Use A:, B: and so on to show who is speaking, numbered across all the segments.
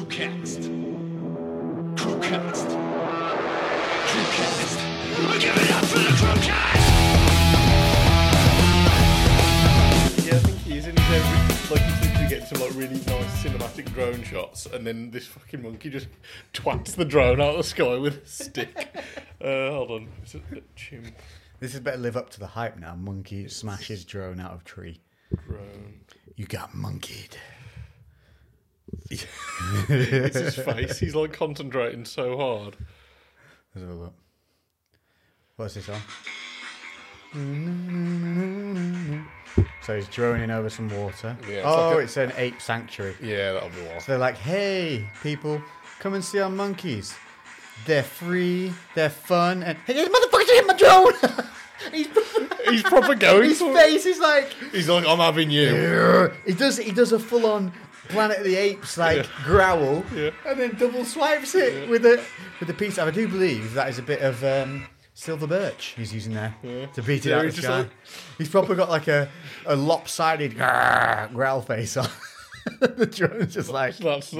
A: Crewcast. Crewcast. Crewcast. We're giving up for the crewcast.
B: Yeah, I think he is. And he's there, with- like, he's literally getting some like really nice cinematic drone shots, and then this fucking monkey just twats the drone out of the sky with a stick. uh, hold on, it's a, a chimp
C: This is better live up to the hype now. Monkey smashes drone out of tree.
B: drone.
C: You got monkeyed.
B: It's his face. He's like concentrating so hard.
C: Let's have a look. What's this on? So he's droning over some water.
B: Yeah, it's
C: oh,
B: like a-
C: it's an ape sanctuary.
B: Yeah, that'll be one.
C: So they're like, hey, people, come and see our monkeys. They're free, they're fun, and hey, this motherfucker hit my drone! He's-
B: He's proper going.
C: his
B: for it.
C: face is like,
B: He's like, I'm having you.
C: He does. He does a full-on Planet of the Apes like
B: Yeah.
C: growl,
B: Yeah.
C: and then double swipes it with a with a piece. I do believe that is a bit of um, silver birch he's using there to beat it
B: Yeah,
C: out
B: he's
C: of the
B: just
C: sky.
B: like-
C: He's probably got like a, a lopsided grrr growl face on. the drone's just like,
B: That's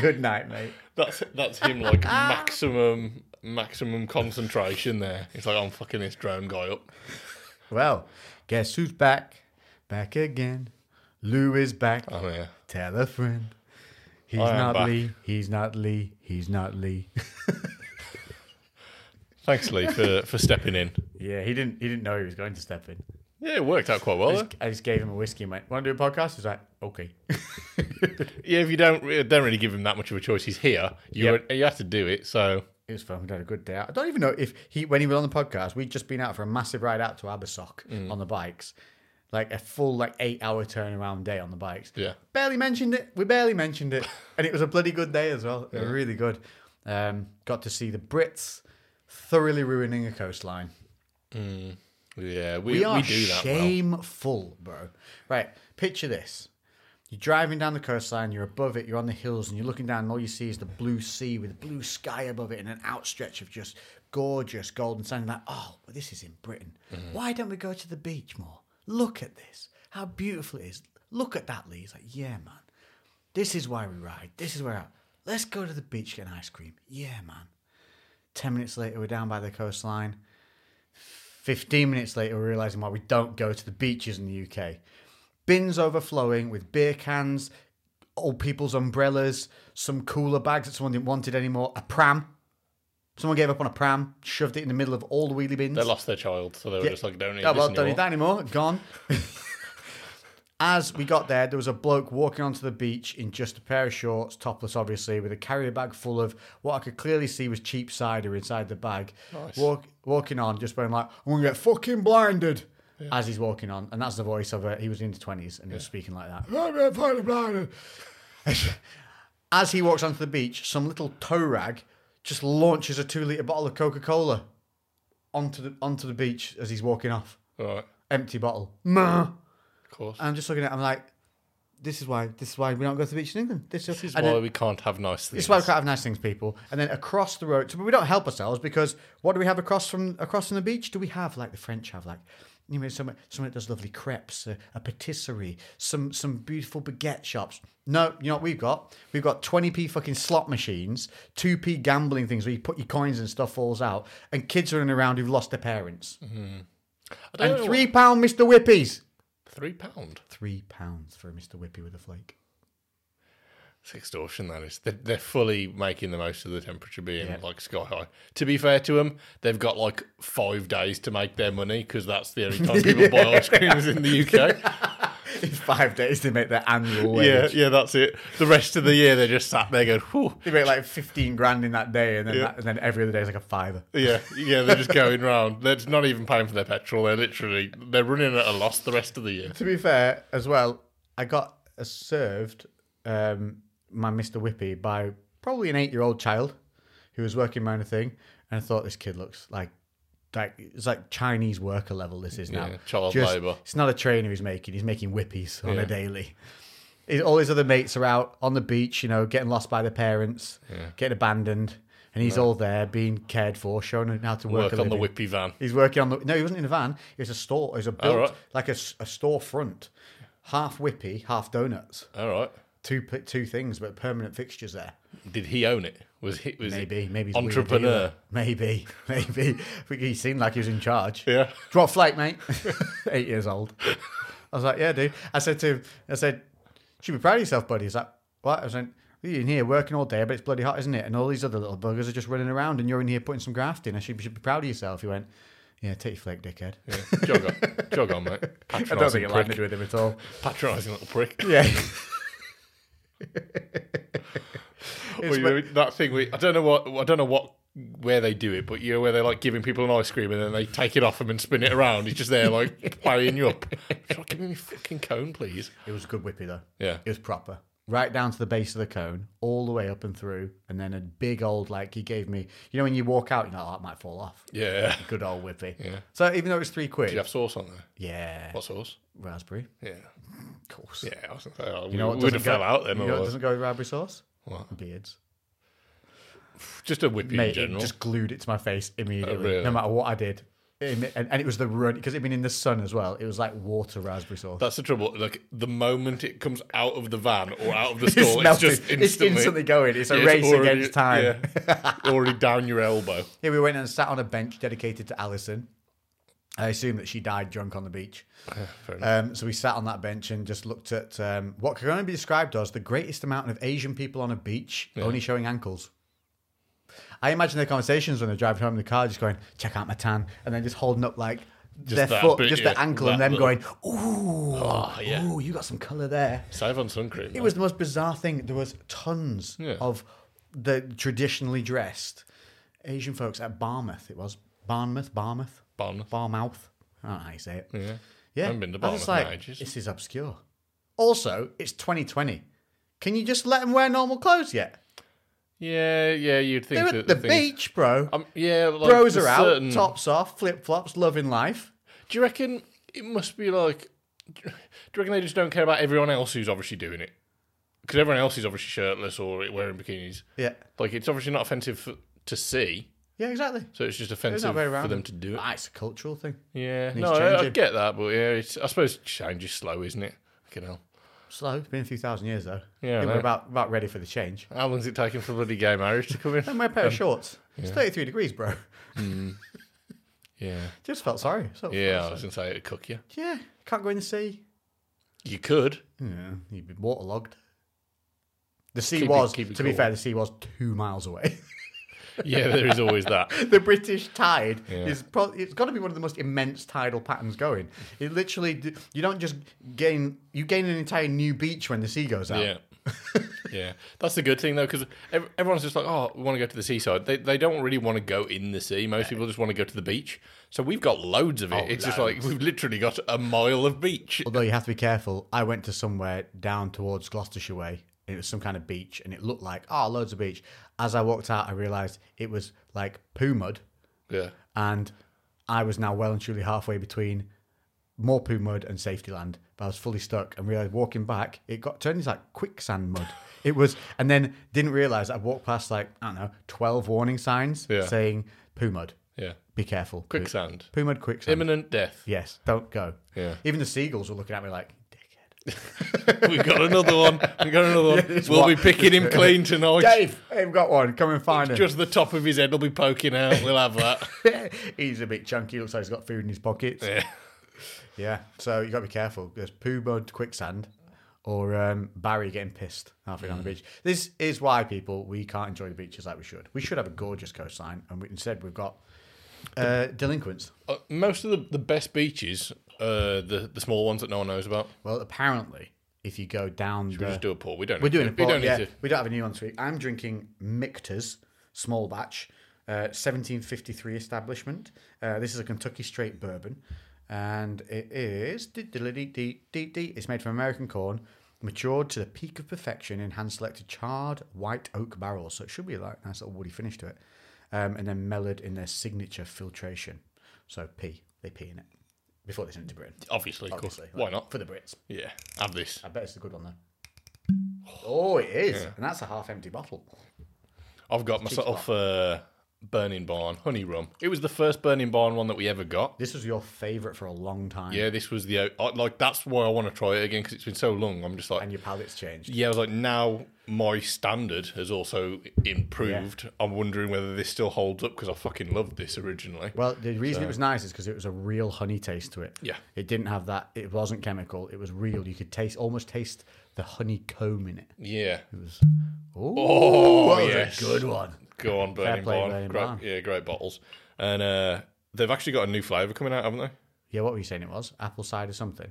C: "Good night, mate."
B: that's that's him like maximum maximum concentration there. It's like I'm fucking this drone guy up.
C: Well, guess who's back? Back again. Lou is back.
B: I'm here.
C: Tell a friend. He's
B: Oh. I am
C: not
B: back.
C: Lee. He's not Lee. He's not Lee.
B: Thanks, Lee, for, for stepping in.
C: Yeah, he didn't. He didn't know he was going to step in.
B: Yeah, it worked out quite well.
C: I
B: though.
C: just, I just gave him a whiskey and went, "Want to do a podcast?" He's like, "Okay."
B: Yeah, if you don't re- don't really give him that much of a choice, he's here. You
C: Yep.
B: you have to do it. So
C: it was fun. We had a good day out. I don't even know if he, when he was on the podcast, we'd just been out for a massive ride out to Abersock on the bikes, like a full like eight hour turnaround day on the bikes.
B: Yeah.
C: barely mentioned it. We barely mentioned it, and it was a bloody good day as well. They were Really good. Um, got to see the Brits thoroughly ruining a coastline.
B: yeah, we
C: We are
B: we do that. Well.
C: shameful, bro. Right, picture this. You're driving down the coastline, you're above it, you're on the hills, and you're looking down, and all you see is the blue sea with blue sky above it and an outstretch of just gorgeous golden sand. You're Like, oh, but this is in Britain.
B: Mm-hmm.
C: Why don't we go to the beach more? Look at this. How beautiful it is. Look at that, Lee. He's like, yeah, man. This is why we ride. This is where I. Let's go to the beach, get an ice cream. Yeah, man. 10 minutes later, we're down by the coastline. 15 minutes later, we're realizing why we don't go to the beaches in the UK. Bins overflowing with beer cans, old people's umbrellas, some cooler bags that someone didn't wanted anymore, a pram. Someone gave up on a pram, shoved it in the middle of all the wheelie bins.
B: They lost their child, so they were
C: Yeah.
B: just like, don't need
C: Oh,
B: this
C: well, don't
B: anymore.
C: need that anymore. Gone. As we got there, there was a bloke walking onto the beach in just a pair of shorts, topless, obviously, with a carrier bag full of what I could clearly see was cheap cider inside the bag. Walk, walking on, just going like, "I'm gonna get fucking blinded." As he's walking on, and that's the voice of it. He was in his twenties and he was speaking like that. "I'm gonna get fucking blinded." As he walks onto the beach, some little tow rag just launches a two-liter bottle of Coca-Cola onto the onto the beach as he's walking off
B: All right,
C: empty bottle. Meh.
B: of course.
C: I'm just looking at. it, I'm like, this is why. This is why we don't go to the beach in England. This,
B: This is
C: and
B: why
C: then-
B: we can't have nice things.
C: This is why we can't have nice things, people. And then across the road, so, but we don't help ourselves because what do we have across from across from the beach? Do we have like the French have like? You know, somewhere, somewhere that does lovely crepes, a, a patisserie, some some beautiful baguette shops. No, you know what we've got? We've got 20p fucking slot machines, 2p gambling things where you put your coins and stuff falls out, and kids running around who've lost their parents.
B: Mm-hmm. I don't
C: And
B: know
C: three pound Mr. Whippies.
B: what- three pound.
C: three pounds for a Mr. Whippy with a flake.
B: It's extortion. That is. They're, they're fully making the most of the temperature being like sky high. To be fair to them, they've got like five days to make their money because that's the only time people buy ice creams in the UK.
C: In five days, they make their annual
B: Yeah,
C: wage.
B: yeah, that's it. The rest of the year, they're just sat there going, Whew.
C: They make like fifteen grand in that day, and then
B: Yeah.
C: that, and then every other day is like a fiver.
B: Yeah, yeah, they're just going round. They're not even paying for their petrol. They're literally they're running at a loss the rest of the year.
C: To be fair, as well, I got uh, served um, my Mr. Whippy by probably an eight-year-old child who was working my own thing, and I thought this kid looks like. Like it's like Chinese worker level. This is now
B: Yeah, child labour.
C: It's not a trainer he's making. He's making whippies on a daily. His- all his other mates are out on the beach, you know, getting lost by their parents, getting abandoned, and he's all there being cared for, shown how to work,
B: Work
C: a
B: on the
C: living.
B: whippy van.
C: He's working on the. No, he wasn't in a van. It was a store. It was a built
B: Oh, right.
C: like a, s- a storefront, half whippy, half donuts.
B: All right,
C: two p- two things, but permanent fixtures there.
B: Did he own it? Was he was he
C: Maybe, maybe he's a weird
B: entrepreneur?
C: dealer. Maybe, maybe. I think he seemed like he was in charge.
B: Yeah.
C: Drop flight, mate. Eight years old. I was like, yeah, dude. I said to him, I said, should be proud of yourself, buddy. He's like, what? I was like, you're in here working all day, but it's bloody hot, isn't it? And all these other little buggers are just running around, and you're in here putting some graft in. I should, you should be proud of yourself. He went, yeah, take your flake, dickhead.
B: Yeah. Jog on, jog on, mate.
C: I don't think
B: Patronising
C: it had to
B: prick.
C: do with him at all.
B: Patronising little prick.
C: Yeah.
B: Well, you know, that thing we I don't know what I don't know what where they do it, but you know where they're like giving people an ice cream and then they take it off them and spin it around. He's just there like playing you up. It's like, Give me a fucking cone, please.
C: It was a good whippy though.
B: Yeah.
C: It was proper. Right down to the base of the cone, all the way up and through, and then a big old like he gave me. You know when you walk out, you're like, oh, that might fall off.
B: Yeah.
C: Good old whippy.
B: Yeah.
C: So even though it was three quid,
B: Do you have sauce on there?
C: yeah,
B: What sauce?
C: raspberry,
B: Yeah.
C: of course.
B: Yeah, I was gonna say, oh,
C: You know
B: we
C: what
B: would have
C: doesn't go,
B: fell out then.
C: You know what
B: Or,
C: doesn't go with raspberry sauce?
B: What?
C: Beards.
B: just a whippy in
C: Mate, it
B: general. Oh,
C: just glued it to my face immediately,
B: really?
C: no matter what I did. It- And, and it was the run because it'd been in the sun as well. It was like water raspberry sauce.
B: That's the trouble. Like the moment it comes out of the van or out of the
C: It's
B: store, it's,
C: melted.
B: just instantly,
C: It's instantly going. It's a
B: Yeah, it's
C: race
B: already-
C: against time.
B: yeah, already down your elbow.
C: Yeah, we went and sat on a bench dedicated to Alison. I assume that she died drunk on the beach. Um, so we sat on that bench and just looked at um, what can only be described as the greatest amount of Asian people on a beach, only showing ankles. I imagine their conversations when they're driving home in the car, just going, check out my tan, and then just holding up like their
B: that
C: foot,
B: bit,
C: just
B: yeah,
C: their ankle, and
B: that
C: them going, ooh,
B: Oh, yeah.
C: ooh, you got some colour there.
B: Save on sun cream.
C: It was the most bizarre thing. There was tons
B: Yeah.
C: of the traditionally dressed Asian folks at Barmouth. It was Barmouth, Barmouth,
B: Barmouth.
C: Barmouth. I don't know how you say it.
B: yeah.
C: Yeah,
B: haven't been to
C: I was just
B: Barmouth in
C: like,
B: ages.
C: This is obscure. Also, it's 2020. Can you just let them wear normal clothes yet?
B: yeah, yeah. You'd think
C: They're
B: that
C: at the
B: things-
C: beach, bro.
B: Um, yeah, like
C: Bros
B: the
C: are out,
B: certain-
C: tops off, flip flops, loving life.
B: Do you reckon it must be like? Do you reckon they just don't care about everyone else who's obviously doing it? Because everyone else is obviously shirtless or wearing bikinis.
C: Yeah,
B: Like it's obviously not offensive for, to see,
C: yeah, exactly.
B: so it's just
C: It's
B: offensive
C: not very
B: for
C: random.
B: them to do it.
C: Ah, it's a cultural thing.
B: Yeah,
C: Needs
B: no, I, I
C: changing.
B: get that, but yeah, it's, I suppose change is slow, isn't it? Fucking hell.
C: Slow. It's been a few thousand years though.
B: Yeah,
C: I think
B: I
C: we're
B: know.
C: about about ready for the change.
B: How long's it taking for bloody gay marriage to come in?
C: Then wear a pair of shorts. It's 33 degrees, bro.
B: Yeah,
C: Just felt sorry. So
B: yeah, I was gonna say it'd cook you.
C: yeah. Can't go in the sea.
B: You could.
C: Yeah, you'd be waterlogged. The sea
B: Keep it-
C: was,
B: keep it
C: to be
B: cool.
C: fair, the sea was two miles away.
B: Yeah, there is always that.
C: the British tide
B: Yeah.
C: is pro- it's got to be one of the most immense tidal patterns going. It literally, d- you don't just gain, you gain an entire new beach when the sea goes out.
B: Yeah. yeah. That's the good thing, though, because everyone's just like, oh, we want to go to the seaside. They, they don't really want to go in the sea. Most people just want to go to the beach. So we've got Oh, loads of it. it's just like, we've literally got a mile of beach.
C: Although you have to be careful. I went to somewhere down towards Gloucestershire way. and It was some kind of beach, and it looked like oh, loads of beach. As I walked out, I realised it was like poo mud,
B: Yeah.
C: and I was now well and truly halfway between more poo mud and safety land. But I was fully stuck, and realised walking back, it got turned into like quicksand mud. it was, and then didn't realise I walked past like I don't know twelve warning signs
B: Yeah.
C: saying poo mud,
B: Yeah.
C: be careful, poo-
B: Quicksand.
C: poo mud quicksand.
B: Imminent death.
C: Yes, don't go.
B: Yeah.
C: Even the seagulls were looking at me like, dickhead.
B: We've got another one. We've got another one.
C: it's
B: we'll
C: one.
B: be picking him clean tonight.
C: Dave, I've got one. Come and find him.
B: Just the top of his head will be poking out. We'll have that.
C: he's a bit chunky. Looks like he's got food in his pockets. Yeah.
B: Yeah.
C: So you got to be careful. There's poo mud, quicksand, or um, Barry getting pissed halfway
B: Mm.
C: down the beach. This is why people we can't enjoy the beaches like we should. We should have a gorgeous coastline, and we, instead we've got uh, delinquents.
B: Uh, most of the, the best beaches, uh, the the small ones that no one knows about.
C: Well, apparently, if you go down
B: We
C: the
B: just do a pour. We don't.
C: We're
B: need
C: doing
B: to-
C: a port,
B: We don't
C: yeah.
B: need to.
C: We don't have a new one this week. I'm drinking Mictors, small batch, uh, 1753 establishment. Uh, this is a Kentucky straight bourbon, and it is dee-dee-dee-dee-dee-dee. it's made from American corn, matured to the peak of perfection in hand-selected charred white oak barrels. So it should be like a nice little woody finish to it, um, and then mellowed in their signature filtration. So pee, they pee in it before they send it to Britain.
B: Obviously, of course.
C: Obviously,
B: Why not?
C: for the Brits?
B: Yeah, have this.
C: I bet it's a good one though. Oh, it is, and that's a half-empty bottle.
B: I've got myself. Uh, Burning Barn, Honey Rum. It was the first Burning Barn one that we ever got.
C: This was your favourite for a long time.
B: Yeah, this was the I- like that's why I want to try it again because it's been so long. I'm just like,
C: And your palate's changed.
B: yeah, I was like, now my standard has also improved. I'm wondering whether this still holds up because I fucking loved this originally.
C: Well, the reason it was nice is because it was a real honey taste to it.
B: Yeah.
C: It didn't have that. It wasn't chemical. It was real. You could taste almost taste the honeycomb in it.
B: yeah,
C: Ooh,
B: Oh,
C: that was
B: yes.
C: a good one.
B: go on, Burning
C: play,
B: Barn.
C: Burning
B: great,
C: Barn.
B: Yeah, great bottles. And uh, they've actually got a new flavour coming out, haven't they?
C: Yeah, what were you saying it was? Apple cider something.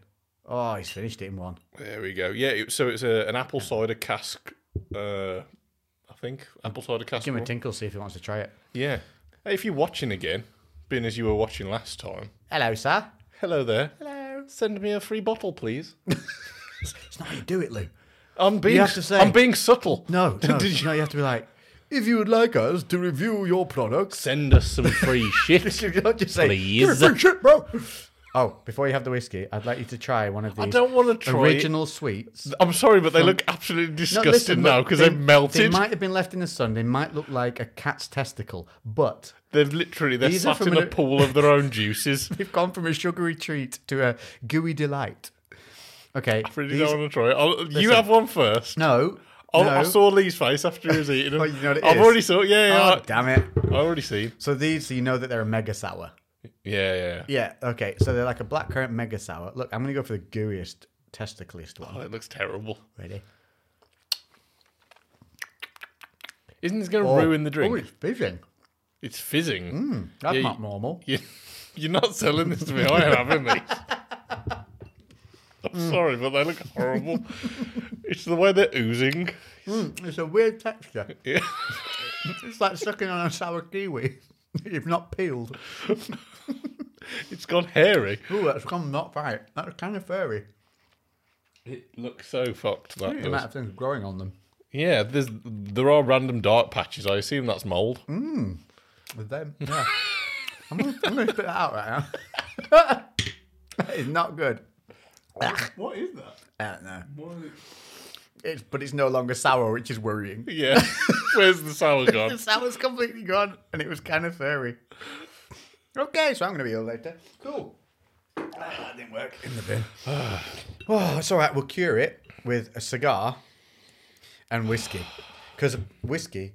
C: Oh, he's finished it in one.
B: There we go. Yeah, it, so it's a, an apple cider cask, uh, I think. Apple cider cask.
C: Give him a
B: one.
C: tinkle, see if he wants to try it.
B: yeah. Hey, if you're watching again, being as you were watching last time,
C: Hello, sir.
B: hello there. Hello. Send me a free bottle, please.
C: It's not how you do it, Lou.
B: I'm being,
C: have to say-
B: I'm being subtle.
C: No, no,
B: Did you-
C: no. You have to be like, if you would like us to review your products,
B: Send us some free shit.
C: you don't just say,
B: Please.
C: "Give me free shit, bro. Oh, before you have the whiskey, I'd like you to try one of these
B: I don't want to try. it.
C: original sweets.
B: I'm sorry, but they look absolutely
C: No,
B: disgusting
C: listen,
B: now
C: look,
B: because they,
C: they-
B: have
C: They
B: melted.
C: might have been left in the sun. They might look like a cat's testicle, but
B: They've literally they're
C: These are
B: sat
C: from
B: in a
C: an-
B: pool of their own juices.
C: they've gone from a sugary treat to a gooey delight. Okay,
B: I really
C: these-
B: don't want to try it. I'll, you have one first.
C: no,
B: I'll-
C: no.
B: I saw Lee's face after he was eating them.
C: Oh, you know what it
B: I've
C: is?
B: already saw. Yeah, yeah,
C: Oh,
B: I-
C: damn it!
B: I already seen.
C: So these, so you know that they're a mega sour.
B: Yeah, yeah.
C: Yeah. Okay. So they're like a blackcurrant mega sour. Look, I'm gonna go for the gooeyest, testicleest one.
B: Oh, it looks terrible.
C: Ready?
B: Isn't this going to ruin the drink?
C: Oh, Mm. it's fizzing.
B: It's fizzing.
C: That's
B: Yeah,
C: not
B: you-
C: normal.
B: You, you're not selling this to me. I am, haven't they? I'm sorry, but they look horrible. it's the way they're oozing.
C: It's a weird texture.
B: Yeah.
C: It's like sucking on a sour kiwi. You've not peeled.
B: It's gone hairy.
C: Ooh, that's come not right. That's kind of furry.
B: It looks so fucked. That
C: The
B: does.
C: amount of things growing on them.
B: Yeah, there's there are random dark patches. I assume that's mold.
C: With them. Yeah. I'm gonna, I'm gonna spit that out right now. that is not good.
B: What is that?
C: I don't know. It's, but it's no longer sour, which is worrying.
B: Yeah, where's the sour
C: The
B: gone?
C: sour's completely gone, and it was kind of furry. Okay, so I'm gonna be ill later. Cool. Ah, that didn't work in the bin. oh, it's all right. We'll cure it with a cigar and whiskey, because whiskey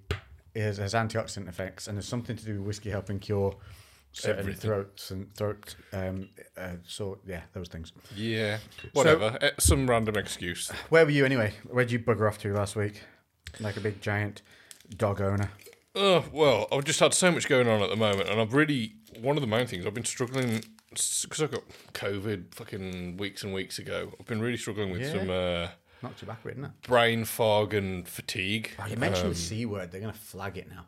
C: is, has antioxidant effects, and there's something to do with whiskey helping cure certain
B: Everything.
C: throats and throat. Um, uh, so yeah, those things.
B: Yeah, whatever. Eh, Some random excuse.
C: Where were you anyway? Where'd you bugger off to last week? Like a big giant dog owner.
B: Oh well, I've just had so much going on at the moment, and I've really one of the main things I've been struggling because I got COVID fucking weeks and weeks ago. I've been really struggling with some uh,
C: Knocked you backward, didn't it?
B: brain fog and fatigue.
C: Oh, you mentioned
B: um,
C: the C word, they're going to flag it now.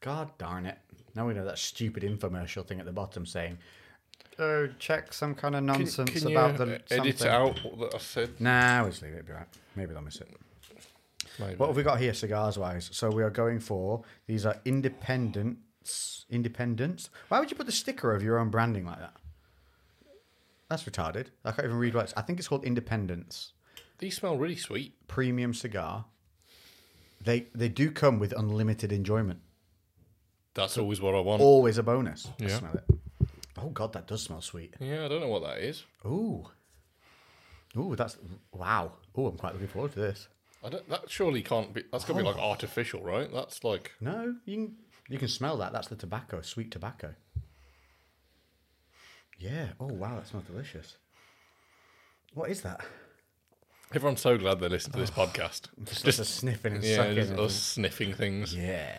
C: God darn it. Now we know that stupid infomercial thing at the bottom saying, oh, check some kind of
B: Can-
C: nonsense
B: can you
C: about the.
B: e-, edit out what I said?
C: Nah, we'll just leave it. It'll be right. Maybe they'll miss it.
B: Maybe.
C: What have we got here, cigars wise? So we are going for these are independents. Independents. Why would you put the sticker over your own branding like that? That's retarded. I can't even read what it's. I think it's called Independence
B: These smell really sweet.
C: Premium Cigar. They they do come with unlimited enjoyment.
B: That's always what I want.
C: Always a bonus. I
B: Yeah.
C: smell it. Oh god, that does smell sweet.
B: Yeah, I don't know what that is.
C: Ooh. Ooh, that's wow. Ooh, I'm quite looking forward to this.
B: I don't, that surely can't be. That's
C: Oh.
B: gonna be like artificial, right? That's like
C: No, you can you can smell that. That's the tobacco, sweet tobacco. Yeah. Oh wow, that smells delicious. What is that?
B: everyone's so glad they listen to this podcast.
C: Oh.
B: Just
C: Just, lots of sniffing and
B: yeah,
C: sucking.
B: just
C: and-
B: us sniffing things.
C: Yeah.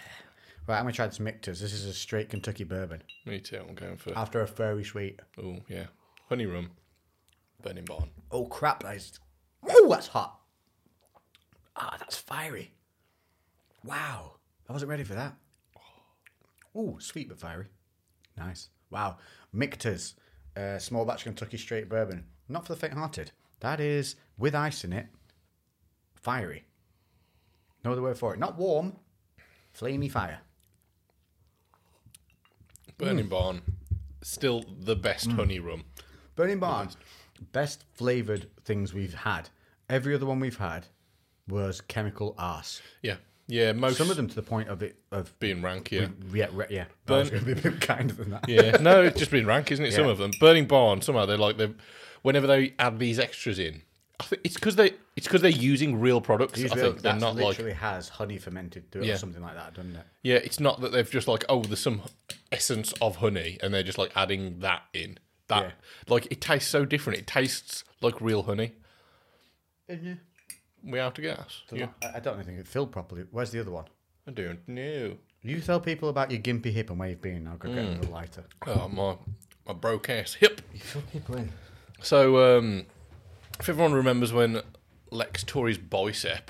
C: Right, I'm gonna try some Mictors. This is a straight Kentucky bourbon
B: Me too. I'm going for.
C: after a furry sweet.
B: Oh yeah, honey rum, burning barn.
C: Oh crap, that is. Oh, that's hot. Ah, that's fiery. Wow, I wasn't ready for that. Oh, sweet but fiery. Nice. Wow, Michter's, uh, small batch Kentucky straight bourbon, not for the faint-hearted. That is with ice in it. Fiery. No other word for it. Not warm. Flamey fire.
B: Burning
C: Mm.
B: barn, still the best honey rum.
C: Burning Barn, best flavored things we've had. Every other one we've had was chemical arse.
B: Yeah, Yeah, most
C: Some of them to the point of it of
B: being rank. Yeah,
C: yeah, re- yeah.
B: Burn-
C: Burn. a bit kinder than that.
B: yeah. No, it's just been rank, isn't it? Some
C: Yeah.
B: of them. Burning Barn. Somehow they're like they, whenever they add these extras in, I think it's because they it's because they're using real products.
C: These
B: I
C: real-
B: think they're
C: that's
B: not like
C: literally has honey fermented through it
B: Yeah.
C: or something like that, doesn't it?
B: yeah. It's not that they've just like oh there's some essence of honey and they're just like adding that in. That
C: Yeah.
B: like it tastes so different. It tastes like real honey.
C: Yeah.
B: We out to gas. Yeah.
C: I, I don't think it filled properly. Where's the other one?
B: I don't know.
C: You tell people about your gimpy hip and where you've been. I'll go get another lighter.
B: Oh my my broke ass hip.
C: You fill people in.
B: So, um, if everyone remembers when Lex tore his bicep,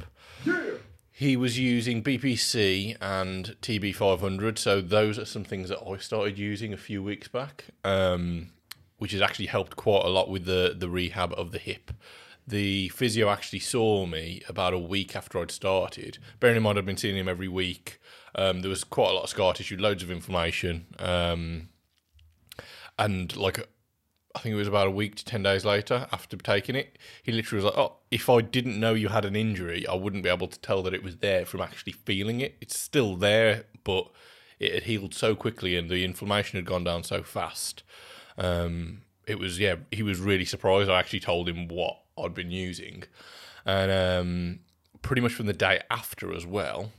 B: he was using BPC and TB500. So, those are some things that I started using a few weeks back, um, which has actually helped quite a lot with the, the rehab of the hip. The physio actually saw me about a week after I'd started. Bearing in mind, I'd been seeing him every week. Um, there was quite a lot of scar tissue, loads of inflammation. Um, and like I think it was about a week to 10 days later after taking it, he literally was like, Oh, if I didn't know you had an injury, I wouldn't be able to tell that it was there from actually feeling it. It's still there, but it had healed so quickly and the inflammation had gone down so fast. Um, it was, yeah, he was really surprised. I actually told him what I'd been using. And um, pretty much from the day after as well,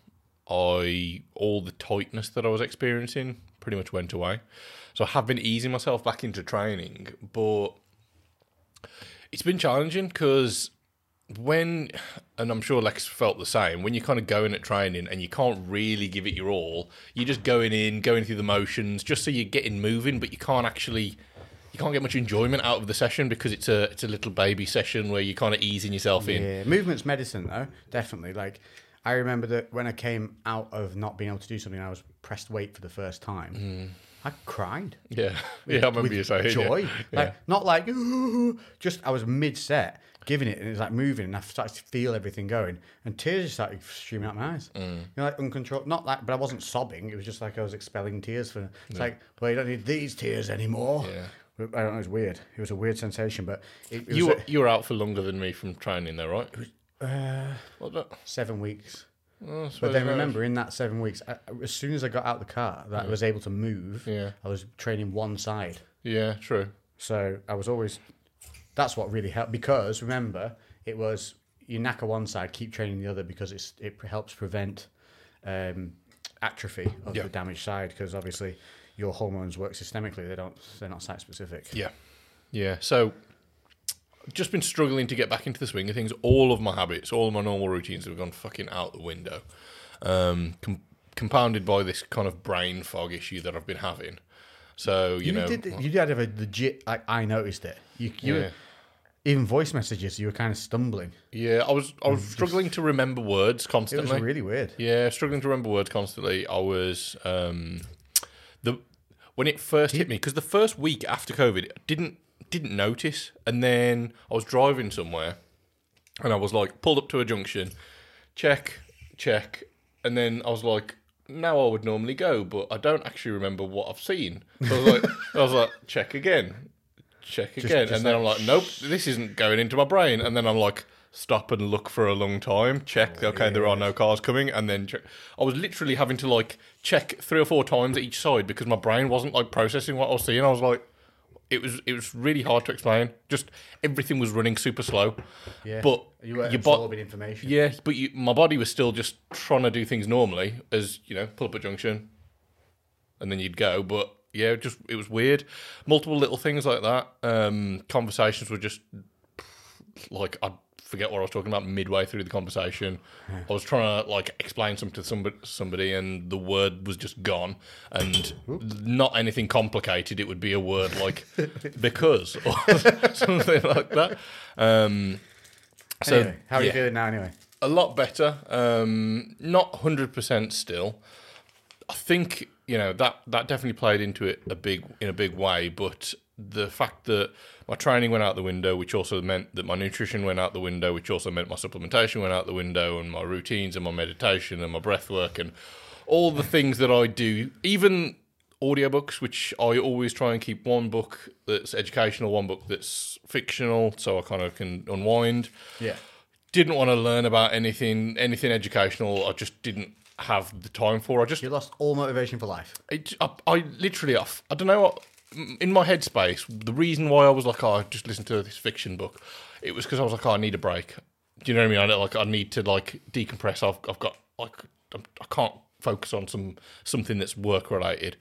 B: I all the tightness that I was experiencing pretty much went away. So I have been easing myself back into training, but it's been challenging because when and I'm sure Lex felt the same, when you kind of go in at training and you can't really give it your all, you're just going in, going through the motions, just so you're getting moving, but you can't actually you can't get much enjoyment out of the session because it's a it's a little baby session where you're kind of easing yourself in.
C: Yeah, movement's medicine though, definitely. Like I remember that when I came out of not being able to do something, I was pressed weight for the first time.
B: Mm.
C: I cried.
B: Yeah, yeah, I remember you saying yeah.
C: joy,
B: Yeah.
C: like not like "Ooh," just I was mid set giving it, and it was like moving, and I started to feel everything going, and tears just started streaming out my eyes.
B: Mm.
C: You know, like uncontrolled, not like, but I wasn't sobbing. It was just like I was expelling tears for. It's like, well, you don't need these tears anymore.
B: Yeah.
C: But I don't know. It was weird. It was a weird sensation, but it, it was
B: You
C: uh,
B: were, you were out for longer than me from training, though, right? What the-
C: seven weeks.
B: oh, I
C: uh, But
B: suppose
C: then
B: that-
C: remember, in that seven weeks, I, as soon as I got out the car, that I was able to move.
B: Yeah.
C: I was training one side,
B: Yeah, true.
C: so I was always. That's what really helped because remember, it was you knacker one side, keep training the other because it's it helps prevent um, atrophy of
B: Yeah.
C: the damaged side because obviously your hormones work systemically; they don't they're not site specific.
B: Yeah, yeah. So, just been struggling to get back into the swing of things. All of my habits, all of my normal routines have gone fucking out the window. Um, com- compounded by this kind of brain fog issue that I've been having. So you,
C: You,
B: know,
C: did you did have a legit. Like, I noticed it. You, you
B: Yeah.
C: were, even voice messages, you were kind of stumbling.
B: yeah, I was I was struggling to remember words
C: It
B: constantly.
C: was really weird.
B: Yeah, struggling to remember words constantly. I was um, the when it first hit me because the first week after COVID, I didn't didn't notice, and then I was driving somewhere, and I was like pulled up to a junction, check, check, and then I was like. Now I would normally go, but I don't actually remember what I've seen. So I was like, I was like, check again, check again,
C: just
B: and then I'm like, nope, this isn't going into my brain. And then I'm like, stop and look for a long time,
C: Oh,
B: check, okay, there are no cars coming, and then check. I was literally having to like check three or four times at each side because my brain wasn't like processing what I was seeing. I was like, it was it was really hard to explain. Just everything was running super slow.
C: Yeah.
B: But
C: you were
B: your bo-
C: absorbing information.
B: yeah, but you, my body was still just trying to do things normally, as you know, pull up a junction, and then you'd go. But yeah, it just it was weird. Multiple little things like that. Um, conversations were just like I forget what I was talking about midway through the conversation. I was trying to like explain something to somebody, somebody, and the word was just gone, and not anything complicated. It would be a word like because or something like that. Um, so
C: anyway, how are
B: yeah
C: you feeling now anyway?
B: a lot better. Um, not hundred percent still. I think you know that that definitely played into it a big in a big way. But the fact that my training went out the window, which also meant that my nutrition went out the window, which also meant my supplementation went out the window, and my routines and my meditation and my breath work and all the things that I do, even audiobooks, which I always try and keep one book that's educational, one book that's fictional, so I kind of can unwind
C: Yeah.
B: didn't want to learn about anything anything educational. I just didn't have the time for. I just
C: You lost all motivation for life.
B: it, I, I literally off. I don't know what in my headspace. The reason why I was like, oh, I just listen to this fiction book. It was because I was like, oh, I need a break. Do you know what I mean? I don't- like I need to like decompress. I've I've got like I'm, I can't focus on some something that's work related.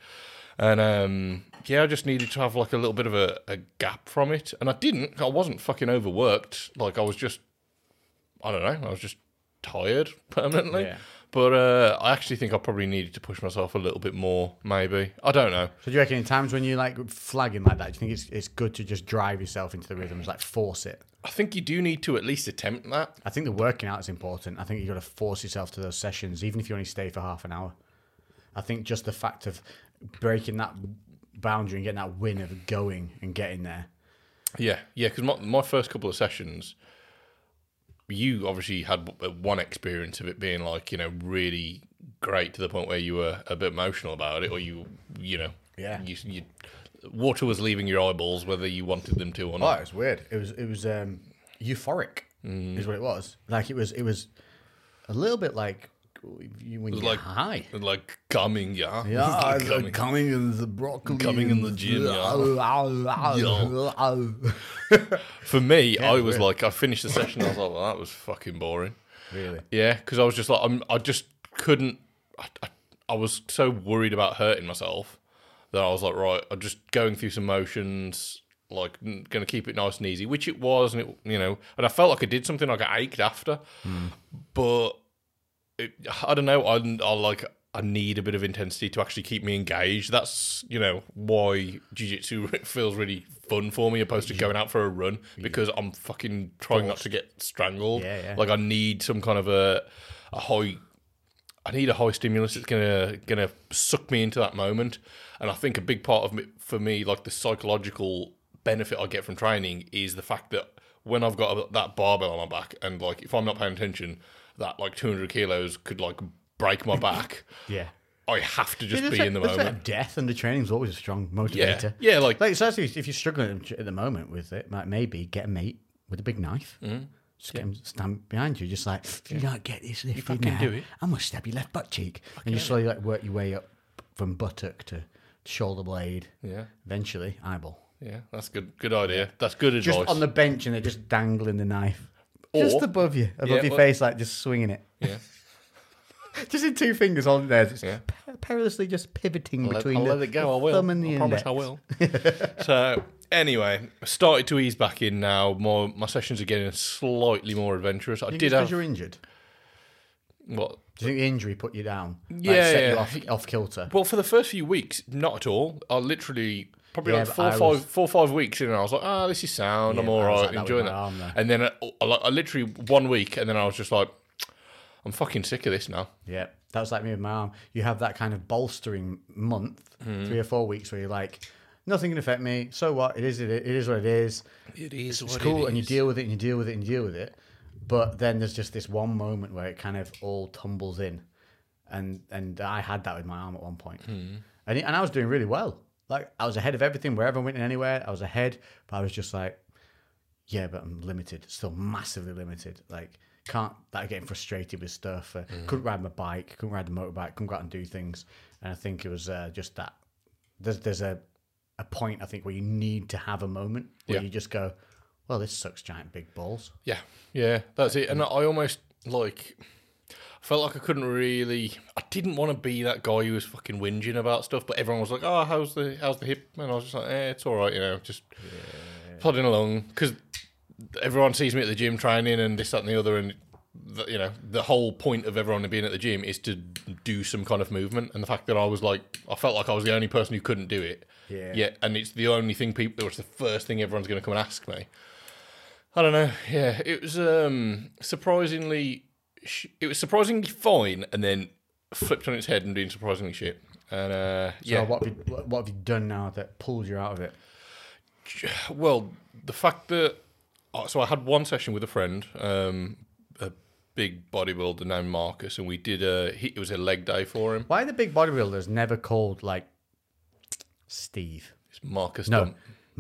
B: And um, yeah, I just needed to have like a little bit of a, a gap from it, and I didn't. I wasn't fucking overworked. Like I was just I don't know. I was just tired permanently.
C: Yeah.
B: But uh, I actually think I probably needed to push myself a little bit more. Maybe I don't know.
C: So do you reckon in times when you're like flagging like that, do you think it's it's good to just drive yourself into the rhythms, like force it?
B: I think you do need to at least attempt that.
C: I think the working out is important. I think you've got to force yourself to those sessions, even if you only stay for half an hour. I think just the fact of breaking that boundary and getting that win of going and getting there.
B: Yeah, yeah. Because my my first couple of sessions, you obviously had w- uh, one experience of it being like you know really great to the point where you were a bit emotional about it, or you you know
C: Yeah.
B: you, you water was leaving your eyeballs whether you wanted them to or not.
C: Oh, it was weird. Mm. It was it was um, euphoric, is what it was. Like it was it was a little bit like you- when you're
B: like-
C: high.
B: Like coming, yeah,
C: Yeah, I-
B: Like
C: coming.
B: coming.
C: in the broccoli.
B: Coming in the gym,
C: yeah.
B: For me, I was like, I finished the session. I was like, well, that was fucking boring.
C: really?
B: Yeah, because I was just like, I'm, I just couldn't. I, I, I was so worried about hurting myself that I was like, right, I'm just going through some motions, like n- gonna keep it nice and easy, which it was, and it, you know, and I felt like I did something, like I ached after, but it, I don't know, I, I like. I need a bit of intensity to actually keep me engaged. That's you know why jiu-jitsu feels really fun for me, opposed to going out for a run because I'm fucking trying not to get strangled.
C: Yeah, yeah.
B: Like I need some kind of a a high I need a high stimulus that's gonna gonna suck me into that moment. And I think a big part of me, for me, like the psychological benefit I get from training is the fact that when I've got a, that barbell on my back and like if I'm not paying attention, that like 200 kilos could like break my back.
C: Yeah.
B: I have to just
C: It's
B: be
C: like-
B: in the
C: it's like
B: moment.
C: death and the training's always a strong
B: Yeah,
C: motivator.
B: yeah, like
C: Like, so actually, if you're struggling at the moment with it, like maybe get a mate with a big knife.
B: Mm-hmm.
C: Just get him to stand behind you, just like, if you don't get this lifted
B: fucking
C: now,
B: do it."
C: I'm going to stab your left butt cheek. and you slowly like work your way up from buttock to shoulder blade,
B: yeah,
C: eventually eyeball.
B: yeah, that's good. Good idea. That's good advice.
C: Just on the bench and they're just dangling the knife. just
B: Or-
C: above you, above
B: Yeah,
C: your
B: or-
C: face, like just swinging it.
B: yeah.
C: Just in two fingers on there, just
B: Yeah.
C: pe- perilously just pivoting
B: I'll let-
C: between
B: I'll
C: the,
B: let it go. I
C: the
B: will.
C: thumb and the
B: I promise
C: index.
B: I will. so anyway, I started to ease back in now. My my sessions are getting slightly more adventurous. I did uh,
C: because
B: have
C: you're injured.
B: what.
C: Do you think the injury put you down? Like,
B: Yeah,
C: set
B: yeah.
C: you off, off kilter.
B: Well, for the first few weeks, not at all. I literally probably
C: Yeah,
B: like
C: but
B: four,
C: I
B: five,
C: was-
B: four, five weeks in, and I was like, ah, this is sound. I'm
C: Yeah,
B: all
C: I was
B: right,
C: like that with
B: enjoying
C: my
B: that.
C: arm, though.
B: and then I, I, I literally one week, and then I was just like, I'm fucking sick of this now.
C: Yeah, that was like me with my arm. You have that kind of bolstering month,
B: Hmm.
C: three or four weeks, where you're like, nothing can affect me. So what? It is. It, it is what it is.
B: It is
C: It's cool, and you deal with it, and you deal with it, and you deal with it. But then there's just this one moment where it kind of all tumbles in, and and I had that with my arm at one point,
B: Hmm.
C: and it, and I was doing really well. Like I was ahead of everything wherever I went and anywhere. I was ahead, but I was just like, yeah, but I'm limited, still massively limited. Like can't like getting frustrated with stuff. Uh,
B: Hmm.
C: Couldn't ride my bike, couldn't ride the motorbike, couldn't go out and do things. And I think it was uh, just that. There's there's a a point I think where you need to have a moment where
B: Yeah.
C: you just go, well, this sucks, giant big balls.
B: Yeah, yeah, that's it. And I almost like felt like I couldn't really. I didn't want to be that guy who was fucking whinging about stuff. But everyone was like, "Oh, how's the how's the hip?" And I was just like, "Eh, it's all right," you know, just plodding along because everyone sees me at the gym training and this, that, and the other, and. The, you know the whole point of everyone being at the gym is to do some kind of movement, and the fact that I was like, I felt like I was the only person who couldn't do it.
C: Yeah.
B: Yeah, and it's the only thing people. It's the first thing everyone's going to come and ask me. I don't know. Yeah, it was um surprisingly, sh- it was surprisingly fine, and then flipped on its head and being surprisingly shit. And uh,
C: Yeah.
B: yeah,
C: So what have you, what, what have you done now that pulled you out of it?
B: well, the fact that oh, so I had one session with a friend, um, a big bodybuilder named Marcus, and we did a he, it was a leg day for him.
C: Why are the big bodybuilders never called like Steve?
B: It's Marcus,
C: No,
B: Dom- Um,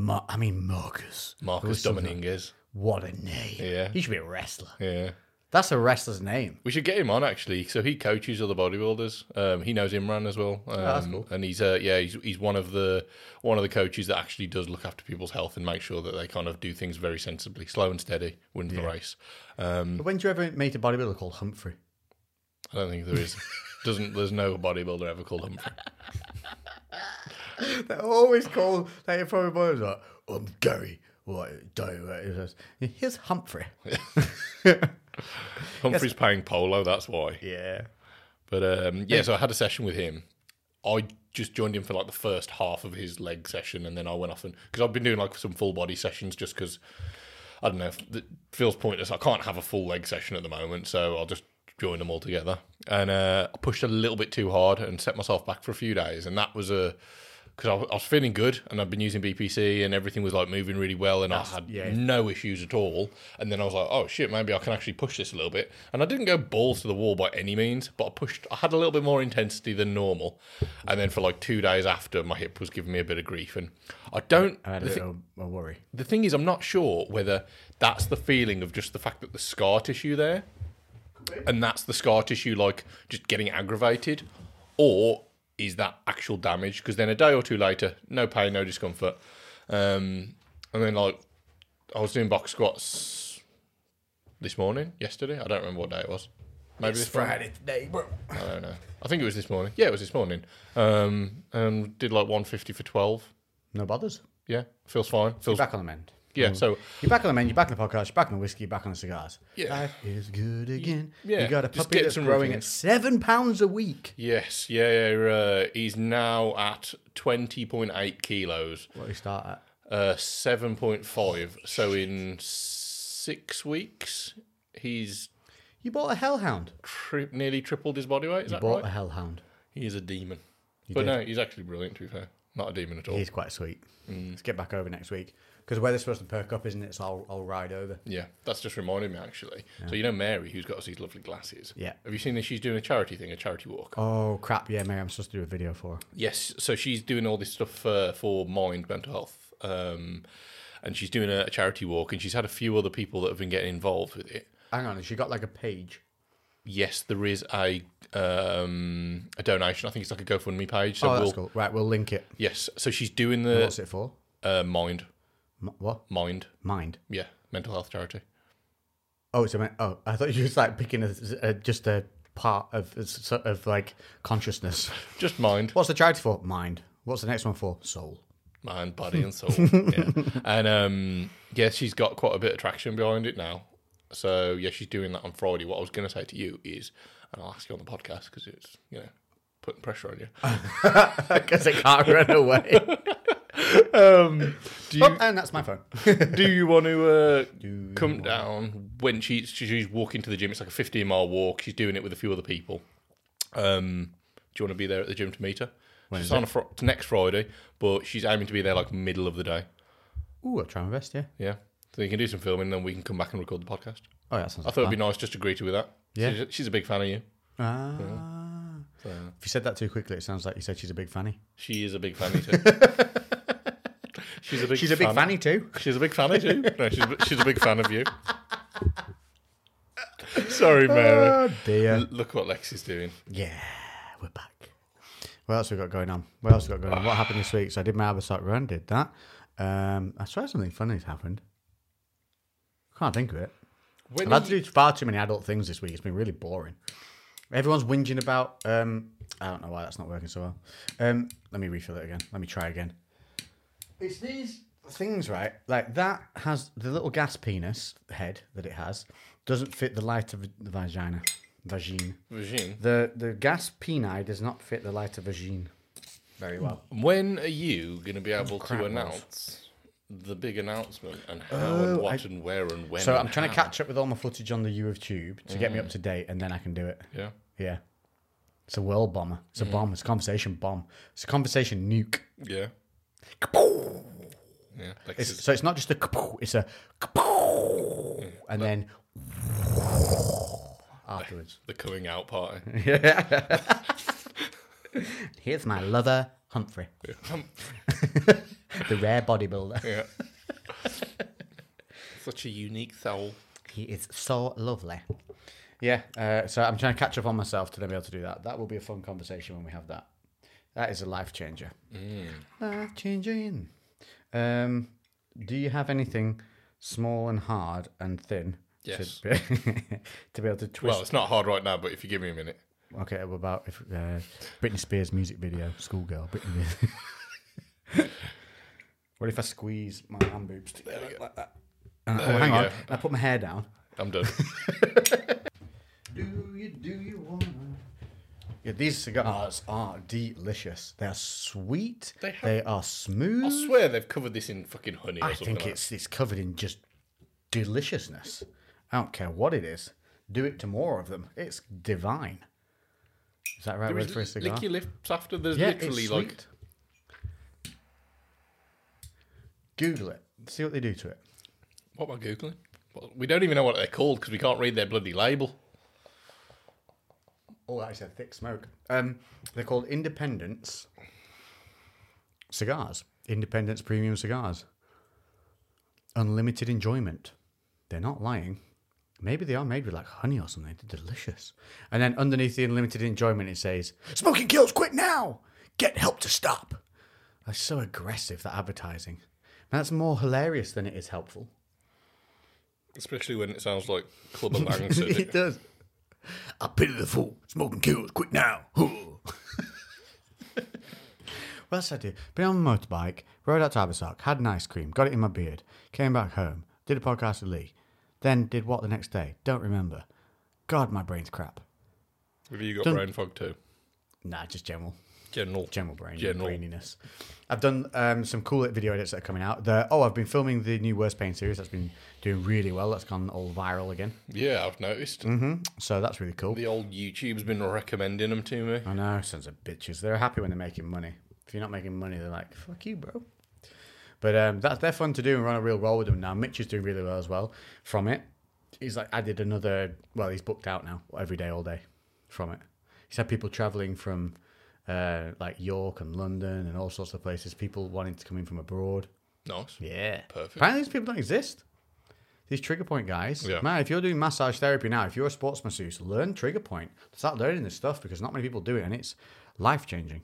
C: Mar- I mean Marcus.
B: Marcus
C: something-
B: Dominguez.
C: What a name.
B: Yeah.
C: He should be a wrestler.
B: Yeah.
C: That's a wrestler's name.
B: We should get him on actually. So he coaches other bodybuilders. Um, he knows Imran as well. Um,
C: Oh, that's cool.
B: And he's uh, yeah, he's, he's one of the one of the coaches that actually does look after people's health and make sure that they kind of do things very sensibly, slow and steady, wins the race.
C: But when did you ever meet a bodybuilder called Humphrey?
B: I don't think there is doesn't there's no bodybuilder ever called Humphrey.
C: They always call they probably boys like, I'm Gary. What do Here's Humphrey.
B: Humphrey's playing polo, that's why.
C: Yeah.
B: But um, yeah, so I had a session with him. I just joined him for like the first half of his leg session, and then I went off and because I've been doing like some full body sessions just because I don't know if it feels pointless. I can't have a full leg session at the moment, so I'll just join them all together. And uh, I pushed a little bit too hard and set myself back for a few days, and that was a because I, was- I was feeling good and I'd been using BPC and everything was like moving really well and I had no issues at all. And then I was like, oh shit, maybe I can actually push this a little bit. And I didn't go balls to the wall by any means, but I pushed, I had a little bit more intensity than normal. And then for like two days after, my hip was giving me a bit of grief. And I don't,
C: I had a
B: the, thi-
C: bit of a worry.
B: the thing is, I'm not sure whether that's the feeling of just the fact that the scar tissue there, and that's the scar tissue like just getting aggravated, or is that actual damage? Because then a day or two later, no pain, no discomfort, um, and then like I was doing box squats this morning, yesterday. I don't remember what day it was. Maybe this morning?
C: today, bro.
B: I don't know. I think it was this morning. Yeah, it was this morning. Um, and did like 150 for 12.
C: No bothers.
B: Yeah, feels fine. Feels
C: Back on the mend.
B: yeah. So
C: You're back on the menu, you're back on the podcast, you're back on the whiskey, you're back on the cigars.
B: Yeah.
C: Life is good again.
B: Yeah,
C: You got a
B: just
C: puppy
B: get
C: that's
B: some
C: growing at
B: routines.
C: seven pounds a week.
B: Yes, yeah, yeah, uh, he's now at twenty point eight kilos,
C: What do you start at?
B: uh, seven point five. So in six weeks, he's
C: You bought a hellhound.
B: tri- nearly tripled his body weight. Is that
C: Bought
B: right?
C: a hellhound.
B: He is a demon, but
C: did.
B: no, he's actually brilliant. To be fair, not a demon at all.
C: He's quite sweet.
B: Mm.
C: Let's get back over next week. Because weather's supposed to perk up, isn't it? So I'll, I'll ride over.
B: Yeah, that's just reminded me actually. So you know Mary, who's got us these lovely glasses.
C: Yeah.
B: Have you seen that she's doing a charity thing, a charity walk?
C: Oh, crap. Yeah, Mary, I'm supposed to do a video for her.
B: Yes, so she's doing all this stuff uh, for mind mental health, um, and she's doing a, a charity walk, and she's had a few other people that have been getting involved with it.
C: Hang on, has she got like a page?
B: Yes, there is a um, a donation. I think it's like a GoFundMe page. So
C: Oh,
B: we'll,
C: that's cool. Right, we'll link it.
B: Yes, so she's doing the
C: What's it for?
B: uh, mind,
C: M- what?
B: mind,
C: Mind.
B: yeah, mental health charity.
C: Oh, it's a man. Oh, I thought you was like picking a, a, just a part of sort of like consciousness.
B: Just mind,
C: What's the charity for? Mind. What's the next one for? Soul.
B: mind, body, and soul. yeah, and um, yeah, she's got quite a bit of traction behind it now. So yeah, she's doing that on Friday. What I was going to say to you is, and I'll ask you on the podcast because it's you know putting pressure on you.
C: Because it can't run away.
B: Do
C: Oh,
B: you
C: and that's my phone.
B: do you want to uh, come down when she's she's walking to the gym? It's like a fifteen mile walk. She's doing it with a few other people. Um, do you want to be there at the gym to meet her? she's on a fr- it's next Friday, but she's aiming to be there like middle of the day.
C: Ooh, I'll try my best, yeah.
B: Yeah, so you can do some filming, then we can come back and record the podcast.
C: Oh, yeah, that sounds
B: I thought it'd be nice just to greet her with that.
C: Yeah.
B: she's, she's a big fan of you.
C: Ah. If you said that too quickly, it sounds like you said she's a big fanny.
B: She is a big fan of you too. she's a big.
C: She's a big
B: fan-
C: fanny too.
B: She's a big fan of you. No, she's a- she's a big fan of you. Sorry, Mary.
C: Oh, dear.
B: L- Look what Lex is doing.
C: Yeah, we're back. What else we got going on? What else we got going on? What happened this week? So I did my Albersac run, did that. Um, I swear something funny's happened. Can't think of it.
B: When
C: I've had to do far too many adult things this week. It's been really boring. Everyone's whinging about. Um, I don't know why that's not working so well. Um, let me refill it again. Let me try again. It's these things, right? Like that has the little gas penis head that it has doesn't fit the light of the vagina. Vagine.
B: Regine,
C: The the gas peni does not fit the lighter vagine very well.
B: when are you going to be able
C: crap,
B: to
C: Wolf.
B: announce the big announcement and how
C: Oh,
B: and
C: I-
B: what and where and when?
C: So
B: and
C: I'm trying to
B: how?
C: catch up with all my footage on the U of Tube to get me up to date, and then I can do it.
B: Yeah.
C: Yeah, it's a world bomber. It's a bomb. It's a conversation bomb. It's a conversation nuke.
B: Yeah.
C: Kapow!
B: Yeah. Lex
C: It's,
B: is-
C: so it's not just a kapow, it's a kapow, and then afterwards.
B: the coming out party.
C: Here's my lover, Humphrey,
B: Um,
C: the rare bodybuilder.
B: yeah. Such a unique soul.
C: He is so lovely. Yeah, uh, so I'm trying to catch up on myself to then be able to do that. That will be a fun conversation when we have that. That is a life changer. Life changing. Um, do you have anything small and hard and thin
B: Yes.
C: to, be, to be able to twist?
B: Well, it's not hard right now, but if you give me a minute.
C: okay, what about if uh, Britney Spears music video, Schoolgirl, Britney. what if I squeeze my hand boobs together like that? And I- oh,
B: There
C: hang
B: we
C: on,
B: go.
C: and I put my hair down.
B: I'm done.
C: Do you do you want? Yeah, these cigars are delicious. They are sweet. They,
B: They have-
C: are smooth.
B: I swear they've covered this in fucking honey or
C: I
B: something.
C: think it's it's covered in just deliciousness. I don't care what it is. Do it to more of them. It's divine. Is that right
B: like that.
C: word
B: There
C: for a
B: is
C: cigar?
B: lick your lips after. There's
C: yeah,
B: literally
C: it's sweet.
B: like
C: Google it. See what they do to it.
B: what am I googling? Well, We don't even know what they're called because we can't read their bloody label.
C: Oh, that is a thick smoke. Um, they're called Independence cigars. Independence premium cigars. Unlimited enjoyment. They're not lying. Maybe they are made with like honey or something. They're delicious. And then underneath the unlimited enjoyment, it says, "Smoking kills. Quit now. Get help to stop." That's so aggressive. That advertising. Man, that's more hilarious than it is helpful.
B: Especially when it sounds like Club of Lang said
C: it
B: it.
C: does. I pity the fool. Smoking kills. Quit now. what else did I do? Been on a motorbike, rode out to Abersock, had an ice cream, got it in my beard, came back home, did a podcast with Lee, then did what the next day? Don't remember. God, my brain's crap.
B: Have you got brain fog too?
C: Nah, just general.
B: General.
C: General brain,
B: General.
C: braininess. I've done um, some cool video edits that are coming out. The, oh, I've been filming the new Worst Pain series. That's been doing really well. That's gone all viral again.
B: Yeah, I've noticed.
C: Mm-hmm. So that's really cool.
B: The old YouTube's been recommending them to me.
C: I know, sons of bitches. They're happy when they're making money. If you're not making money, they're like, fuck you, bro. But um, that's they're fun to do and run a real roll with them now. Mitch is doing really well as well from it. He's like added another. Well, he's booked out now every day, all day from it. He's had people traveling from uh, like York and London and all sorts of places. People wanting to come in from abroad.
B: Nice.
C: Yeah,
B: Perfect.
C: Apparently, these people don't exist. These trigger point guys,
B: Yeah.
C: man. If you're doing massage therapy now, if you're a sports masseuse, learn trigger point. Start learning this stuff because not many people do it, and it's life changing.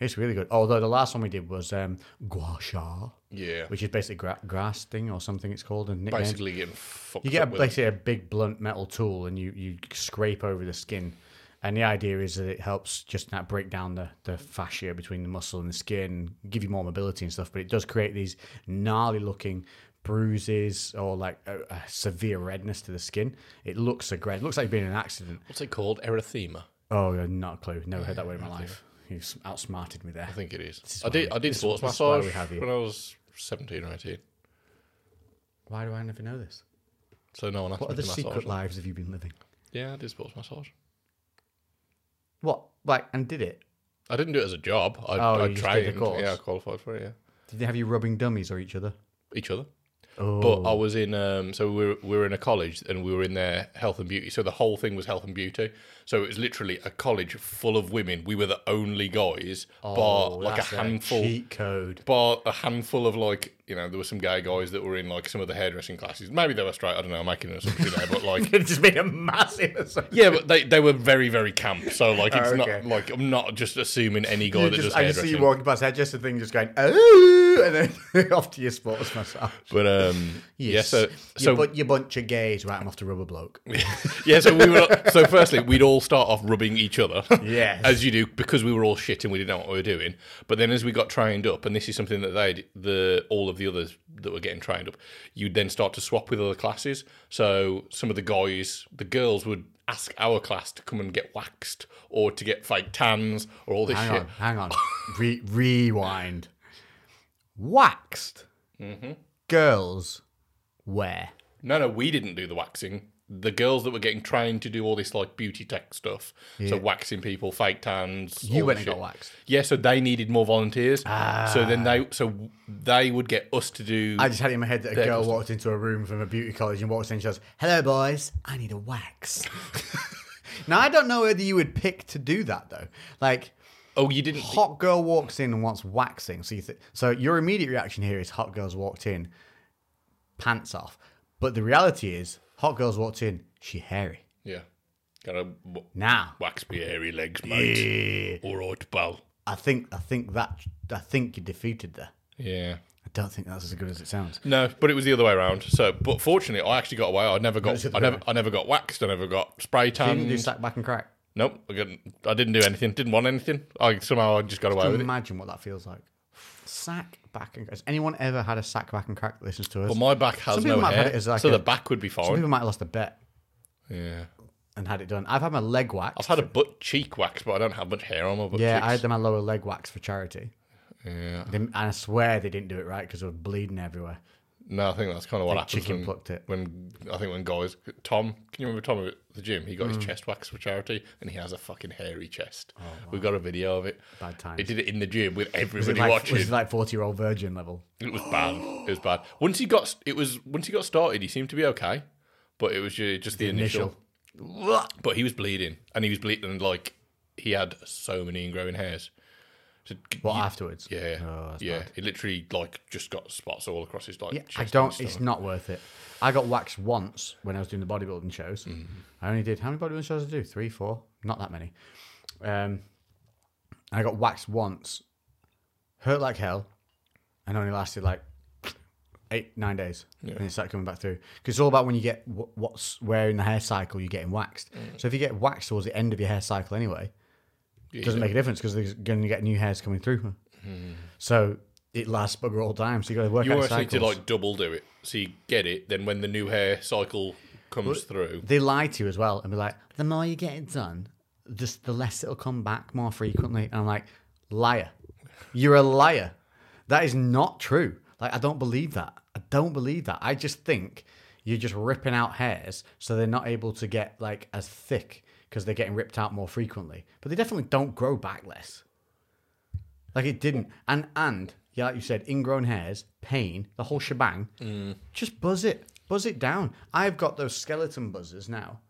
C: It's really good. Although the last one we did was um, gua sha,
B: Yeah.
C: which is basically gra- grass thing or something. It's called and nicknamed.
B: Basically getting fucked
C: you get a,
B: up with it.
C: basically a big blunt metal tool and you you scrape over the skin. And the idea is that it helps just that break down the, the fascia between the muscle and the skin, give you more mobility and stuff. But it does create these gnarly looking bruises or like a, a severe redness to the skin. It looks aggressive. It looks like you've been in an accident.
B: What's it called? Erythema.
C: Oh, not a clue. Never heard that word in my life. You s- outsmarted me there.
B: I think it is.
C: is
B: I
C: why
B: did.
C: we-
B: I did
C: this is-
B: sports
C: this is why we
B: massage
C: have you.
B: when I was seventeen or eighteen.
C: Why do I never know this?
B: So no one asked
C: What
B: me
C: other
B: to massage.
C: secret
B: them.
C: lives have you been living?
B: Yeah, I did sports massage.
C: What? Like, and did it?
B: I didn't do it as a job. I,
C: Oh,
B: I
C: you just
B: trained.
C: did the course.
B: Yeah, I qualified for it. Yeah,
C: Did they have you rubbing dummies or each other?
B: each other.
C: Oh.
B: But I was in. Um, so we were, we were in a college, and we were in their health and beauty. So the whole thing was health and beauty. So it was literally a college full of women. We were the only guys, bar
C: Oh,
B: like a
C: that's
B: handful.
C: cheat code.
B: bar a handful of like you know there were some gay guys that were in like some of the hairdressing classes maybe they were straight i don't know i'm making an assumption there but like
C: It's just been a massive. assumption.
B: yeah but they, they were very very camp so like it's
C: Oh, okay.
B: not like i'm not just assuming any guy
C: You
B: that
C: just-
B: does
C: I just see
B: hairdressing
C: you walking past hairdresser thing, just going oh, and then off to your sports massage.
B: but um yeah so
C: you,
B: so
C: bu- you bunch of gays, right? I'm off to rubber bloke.
B: yeah so we were so firstly we'd all start off rubbing each other
C: Yes.
B: as you do because we were all shit and we didn't know what we were doing but then as we got trained up and this is something that they d- the all of the others that were getting trained up you'd then start to swap with other classes so some of the guys the girls would ask our class to come and get waxed or to get fake tans or all this
C: Hang
B: shit
C: on, hang on. Re- rewind. Waxed.
B: Mm-hmm.
C: Girls, where?
B: No, no, we didn't do the waxing. The girls that were getting trained to do all this like beauty tech stuff, so waxing people, fake tans.
C: You
B: all
C: went
B: this
C: and got
B: Oh, shit.
C: waxed. Ah.
B: Yeah, so they needed more volunteers. So then they, so they would get us to do.
C: I just had it in my head that a girl
B: Mm. goes the-
C: walked into a room from a beauty college and walks in and she goes, Hello, boys, I need a wax. now, I don't know whether you would pick to do that, though. Like,
B: oh, you didn't.
C: hot girl walks in and wants waxing. So, you th- so your immediate reaction here is hot girls walked in, pants off. But the reality is, hot girls walked in, she hairy.
B: Yeah. Got a w-
C: Now,
B: wax me hairy legs, mate.
C: eh,
B: All right, pal.
C: I think I think that I think you defeated there.
B: Yeah.
C: I don't think that's as good as it sounds.
B: No, but it was the other way around. So, but fortunately, I actually got away. I never
C: was
B: got.
C: the other
B: I never.
C: way.
B: I never got waxed. I never got spray
C: You didn't do
B: tanned.
C: sack back and crack.
B: Nope. I didn't. I didn't do anything. Didn't want anything. I somehow I just got away
C: Can you
B: with Oh, it.
C: imagine what that feels like? Sack back and crack. Has anyone ever had a sack back and crack that listens to us?
B: But my back
C: Some
B: has
C: people
B: no
C: might have had
B: hair,
C: it as like
B: so
C: a-
B: the back would be
C: Some
B: fine.
C: people might have lost a bet
B: Yeah.
C: and had it done. I've had my leg waxed.
B: I've had a butt cheek wax, but I don't have much hair on my Oh. butt
C: yeah,
B: cheeks.
C: I had my lower leg waxed for charity.
B: Yeah.
C: They- and I swear they didn't do it right because they were bleeding everywhere.
B: No, I think that's kind of what happens.
C: chicken
B: when,
C: plucked it.
B: When I think when guys, Tom, can you remember Tom at the gym? He got
C: Mm.
B: his chest waxed for charity, and he has a fucking hairy chest. We've got a video of it.
C: Oh, Bad times.
B: He did it in the gym with
C: Was it
B: everybody
C: like,
B: watching.
C: was it like 40 year old virgin level?
B: It was bad. It was bad. Once he got it was once he got started, he seemed to be okay, but it was ju- just the, initial. But he was bleeding, and he was bleeding like he had so many ingrowing hairs. So,
C: What afterwards?
B: yeah,
C: Oh, that's
B: yeah. He literally like just got spots all across his like.
C: Yeah,
B: chest
C: I
B: and
C: don't.
B: stomach.
C: It's not worth it. I got waxed once when I was doing the bodybuilding shows.
B: Mm-hmm.
C: I only did how many bodybuilding shows did I do? Three, four, not that many. Um, I got waxed once, hurt like hell, and only lasted like eight, nine days, and it started coming back through. Because it's all about when you get wh- what's where in the hair cycle you're getting waxed.
B: Mm.
C: So if you get waxed towards the end of your hair cycle anyway, it doesn't make a difference because they're going to get new hairs coming through. So it lasts bugger all time. So you got to work
B: Mm-hmm. You
C: out the
B: almost need to
C: cycles.
B: like double do it, so you get it. Then when the new hair cycle comes through,
C: they lie to you as well and be like, the more you get it done, just the less it'll come back more frequently. And I'm like, liar. You're a liar. That is not true. Like, I don't believe that. I don't believe that. I just think you're just ripping out hairs so they're not able to get like as thick because they're getting ripped out more frequently. But they definitely don't grow back less. Like it didn't. And and yeah, like you said, ingrown hairs, pain, the whole shebang.
B: Mm.
C: Just buzz it. Buzz it down. I've got those skeleton buzzers now.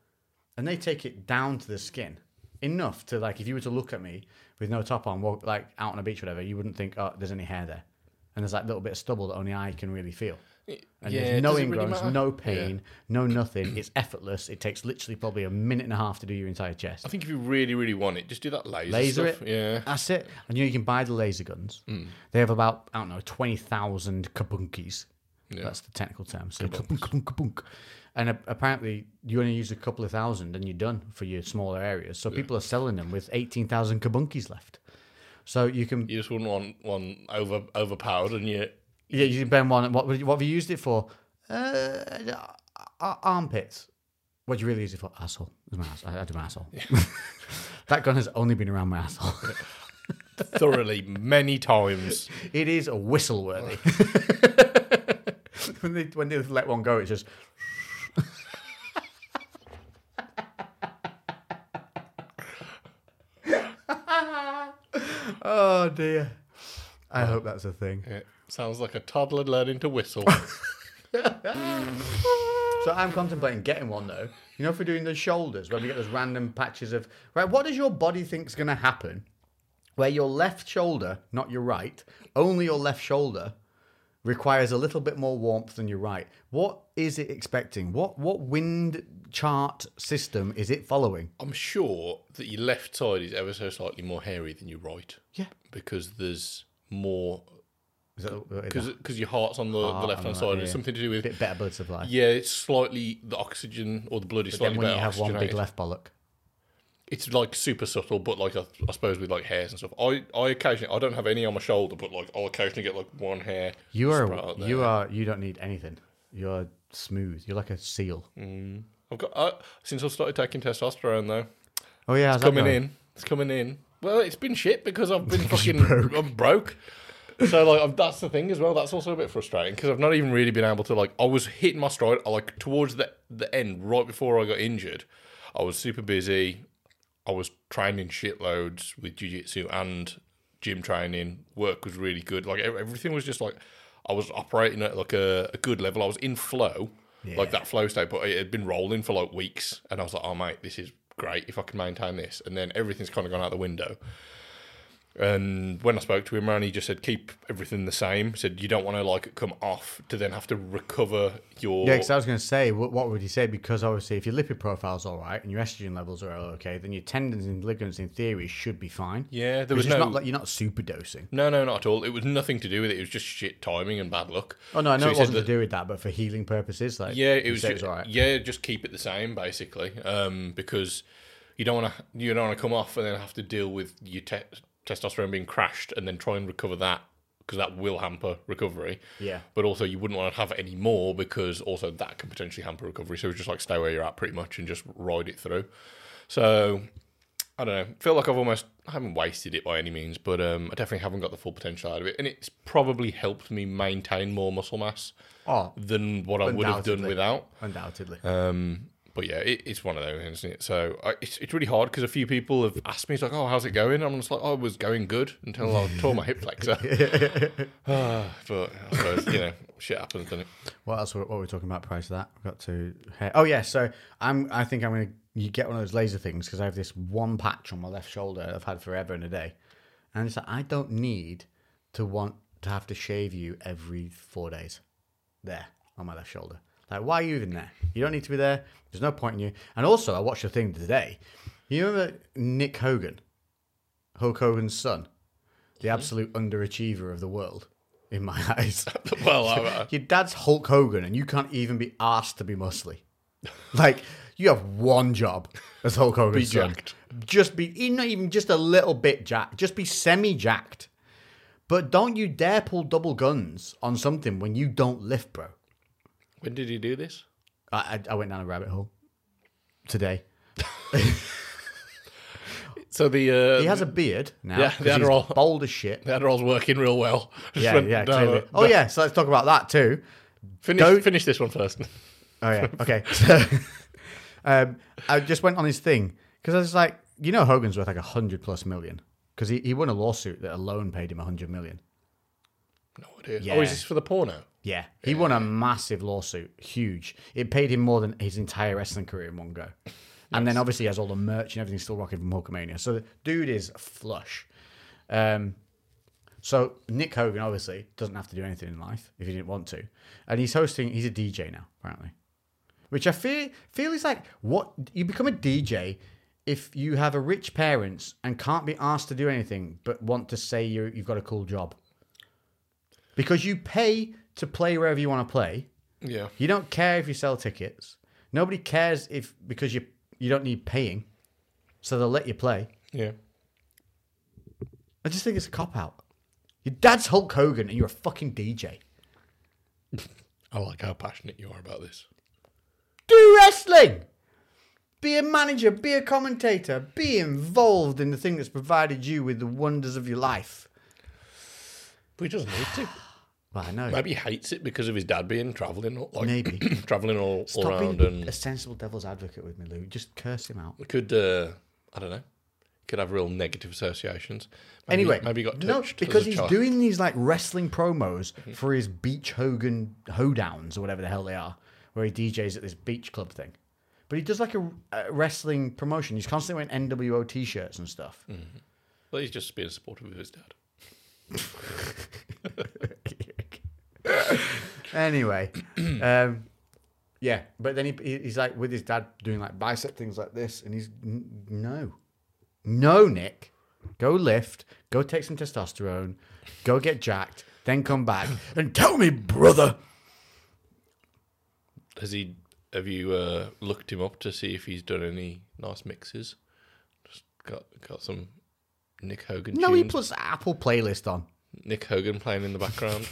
C: And they take it down to the skin. Enough to like if you were to look at me with no top on, walk like out on a beach or whatever, you wouldn't think, oh, there's any hair there. And there's like a little bit of stubble that only I can really feel. And
B: Yeah,
C: there's no
B: does it really
C: ingrowns,
B: matter?
C: no pain, no nothing. It's effortless. It takes literally probably a minute and a half to do your entire chest
B: I think if you really, really want it, just do that laser.
C: laser
B: stuff.
C: it.
B: yeah.
C: that's it. And you, know, you can buy the laser guns. They have about I don't know twenty thousand kabunkis. That's the technical term. So kabunk, kabunk, kabunk. And a- apparently, you only use a couple of thousand, and you're done for your smaller areas. So people are selling them with eighteen thousand kabunkis left. So you can
B: You just wouldn't want one over overpowered, and you
C: yeah, you bend one. What would you- what have you used it for? Uh, ar- armpits. What do you really use it for? Asshole. It's my ass- I, I do my asshole. that gun has only been around my asshole.
B: thoroughly many times.
C: It is a whistle worthy. when they when they let one go, it's just Oh dear. I hope that's a thing.
B: Yeah. Sounds like a toddler learning to whistle.
C: So I'm contemplating getting one though. You know, if we're doing the shoulders, where we get those random patches of right, what does your body think's going to happen? Where your left shoulder, not your right, only your left shoulder requires a little bit more warmth than your right. What is it expecting? What what wind chart system is it following?
B: I'm sure that your left side is ever so slightly more hairy than your right.
C: Yeah.
B: Because there's more
C: Is that, is that
B: because your heart's on the, the left hand
C: right,
B: side.
C: yeah,
B: It's
C: yeah.
B: something to do
C: a
B: with
C: bit better blood supply?
B: yeah, it's slightly the oxygen or the blood is
C: then
B: slightly
C: when you
B: better
C: have one big
B: oxygenated.
C: left bollock.
B: it's like super subtle, but like I, I suppose with like hairs and stuff. I, I occasionally I don't have any on my shoulder, but like I'll occasionally get like one hair.
C: You
B: sprout
C: are
B: out there.
C: you are you don't need anything. You're smooth. You're like a seal.
B: Mm. I've got uh, since I've started taking testosterone though.
C: Oh yeah, how's that
B: coming
C: going?
B: in. It's coming in. Well, it's been shit because I've been fucking I'm broke. So like I'm, that's the thing as well. That's also a bit frustrating because I've not even really been able to like I was hitting my stride like towards the the end right before I got injured. I was super busy. I was training shitloads with jiu-jitsu and gym training. Work was really good. Like ev- everything was just like I was operating at like a, a good level. I was in flow, like that flow state, but it had been rolling for like weeks, and I was like, "Oh mate, this is great if I can maintain this." And then everything's kind of gone out the window. And when I spoke to him, Ryan, he just said keep everything the same. He said you don't want to like come off to then have to recover your
C: Yeah, because I was going to say, what, what would you say? Because obviously, if your lipid profile's all right and your estrogen levels are all okay, then your tendons and ligaments, in theory, should be fine.
B: Yeah, there
C: Because
B: was
C: it's
B: no-
C: Not like you're not super dosing.
B: No, no, not at all. It was nothing to do with it. It was just shit timing and bad luck.
C: Oh no, I know
B: So he
C: it
B: said
C: wasn't
B: that-
C: to do with that, but for healing purposes, like
B: Yeah, it
C: you
B: was.
C: said
B: Just,
C: it was all right.
B: Yeah, just keep it the same basically, um, because you don't want to you don't want to come off and then have to deal with your te- testosterone being crashed and then try and recover that because that will hamper recovery.
C: Yeah.
B: But also, you wouldn't want to have any more because also that can potentially hamper recovery. So it's just like stay where you're at pretty much and just ride it through. So I don't know. Feel like I've almost I haven't wasted it by any means, but um, I definitely haven't got the full potential out of it, and it's probably helped me maintain more muscle mass
C: Oh,
B: than what I would have done
C: Undoubtedly.
B: without.
C: Oh, undoubtedly.
B: Um, but yeah, it, it's one of those, isn't it? So I, it's, it's really hard because a few people have asked me, it's like, oh, how's it going? I'm just like, oh, it was going good until I tore my hip flexor. Ah, but I suppose, you know, shit happens, doesn't it?
C: What else? Were, what were we talking about prior to that? We got to. hair- Oh yeah, so I'm. I think I'm gonna. You get one of those laser things because I have this one patch on my left shoulder I've had forever and a day, and it's like I don't need to want to have to shave you every four days. There on my left shoulder. Like, why are you even there? You don't need to be there. There's no point in you. And also, I watched a thing today. You remember Nick Hogan, Hulk Hogan's son, the absolute underachiever of the world, in my eyes.
B: Well, I, I,
C: Your dad's Hulk Hogan, and you can't even be asked to be muscly. Like you have one job as Hulk Hogan.
B: Be jacked.
C: Just be e- not even just a little bit jacked. Just be semi jacked. But don't you dare pull double guns on something when you don't lift, bro.
B: when did he do this?
C: I, I, I went down a rabbit hole today.
B: So the uh,
C: He has a beard now.
B: Yeah,
C: 'cause
B: the
C: he's
B: Adderall.
C: bold as shit.
B: the Adderall's working real well. Just
C: Yeah,
B: went
C: yeah,
B: down
C: clearly.
B: a-
C: Oh yeah, so let's talk about that too.
B: Finish, finish this one first.
C: Oh yeah. Okay. So, um, I just went on his thing because I was like, you know, Hogan's worth like a hundred plus million because he, he won a lawsuit that alone paid him a hundred million.
B: no idea.
C: Yeah.
B: Oh, is this for the porno?
C: Yeah, he won a massive lawsuit, huge. It paid him more than his entire wrestling career in one go. And then obviously he has all the merch and everything still rocking from Hulkamania. So the dude is flush. Um, so Nick Hogan obviously doesn't have to do anything in life if he didn't want to, and he's hosting. He's a DJ now apparently, which I feel feel is like what you become a DJ if you have a rich parents and can't be asked to do anything but want to say you you've got a cool job because you pay to play wherever you want to play.
B: Yeah.
C: You don't care if you sell tickets. Nobody cares if because you you don't need paying, so they'll let you play.
B: Yeah.
C: I just think it's a cop out. Your dad's Hulk Hogan and you're a fucking DJ.
B: I like how passionate you are about this.
C: Do wrestling. Be a manager. Be a commentator. Be involved in the thing that's provided you with the wonders of your life.
B: But he doesn't need to.
C: Well, I know.
B: Maybe he hates it because of his dad being travelling, like
C: Maybe.
B: travelling all, all
C: Stop
B: around,
C: being
B: and
C: a sensible devil's advocate with me, Lou. Just curse him out.
B: we could, uh, I don't know, could have real negative associations. Maybe,
C: Anyway,
B: maybe he got touched
C: no,
B: as a
C: because he's
B: child. Mm-hmm.
C: doing these like wrestling promos for his Beach Hogan hoedowns or whatever the hell they are, where he DJs at this beach club thing. But he does like a, a wrestling promotion. He's constantly wearing NWO t-shirts and stuff.
B: Well, he's just being supportive of his dad.
C: anyway, um, yeah. But then he, he- he's like with his dad doing like bicep things like this, and he's n- no, no, Nick, go lift, go take some testosterone, go get jacked, then come back and tell me, brother.
B: Has he? Have you uh, looked him up to see if he's done any nice mixes? Just got got some Nick Hogan.
C: No, he
B: tunes.
C: puts Apple playlist on.
B: Nick Hogan playing in the background.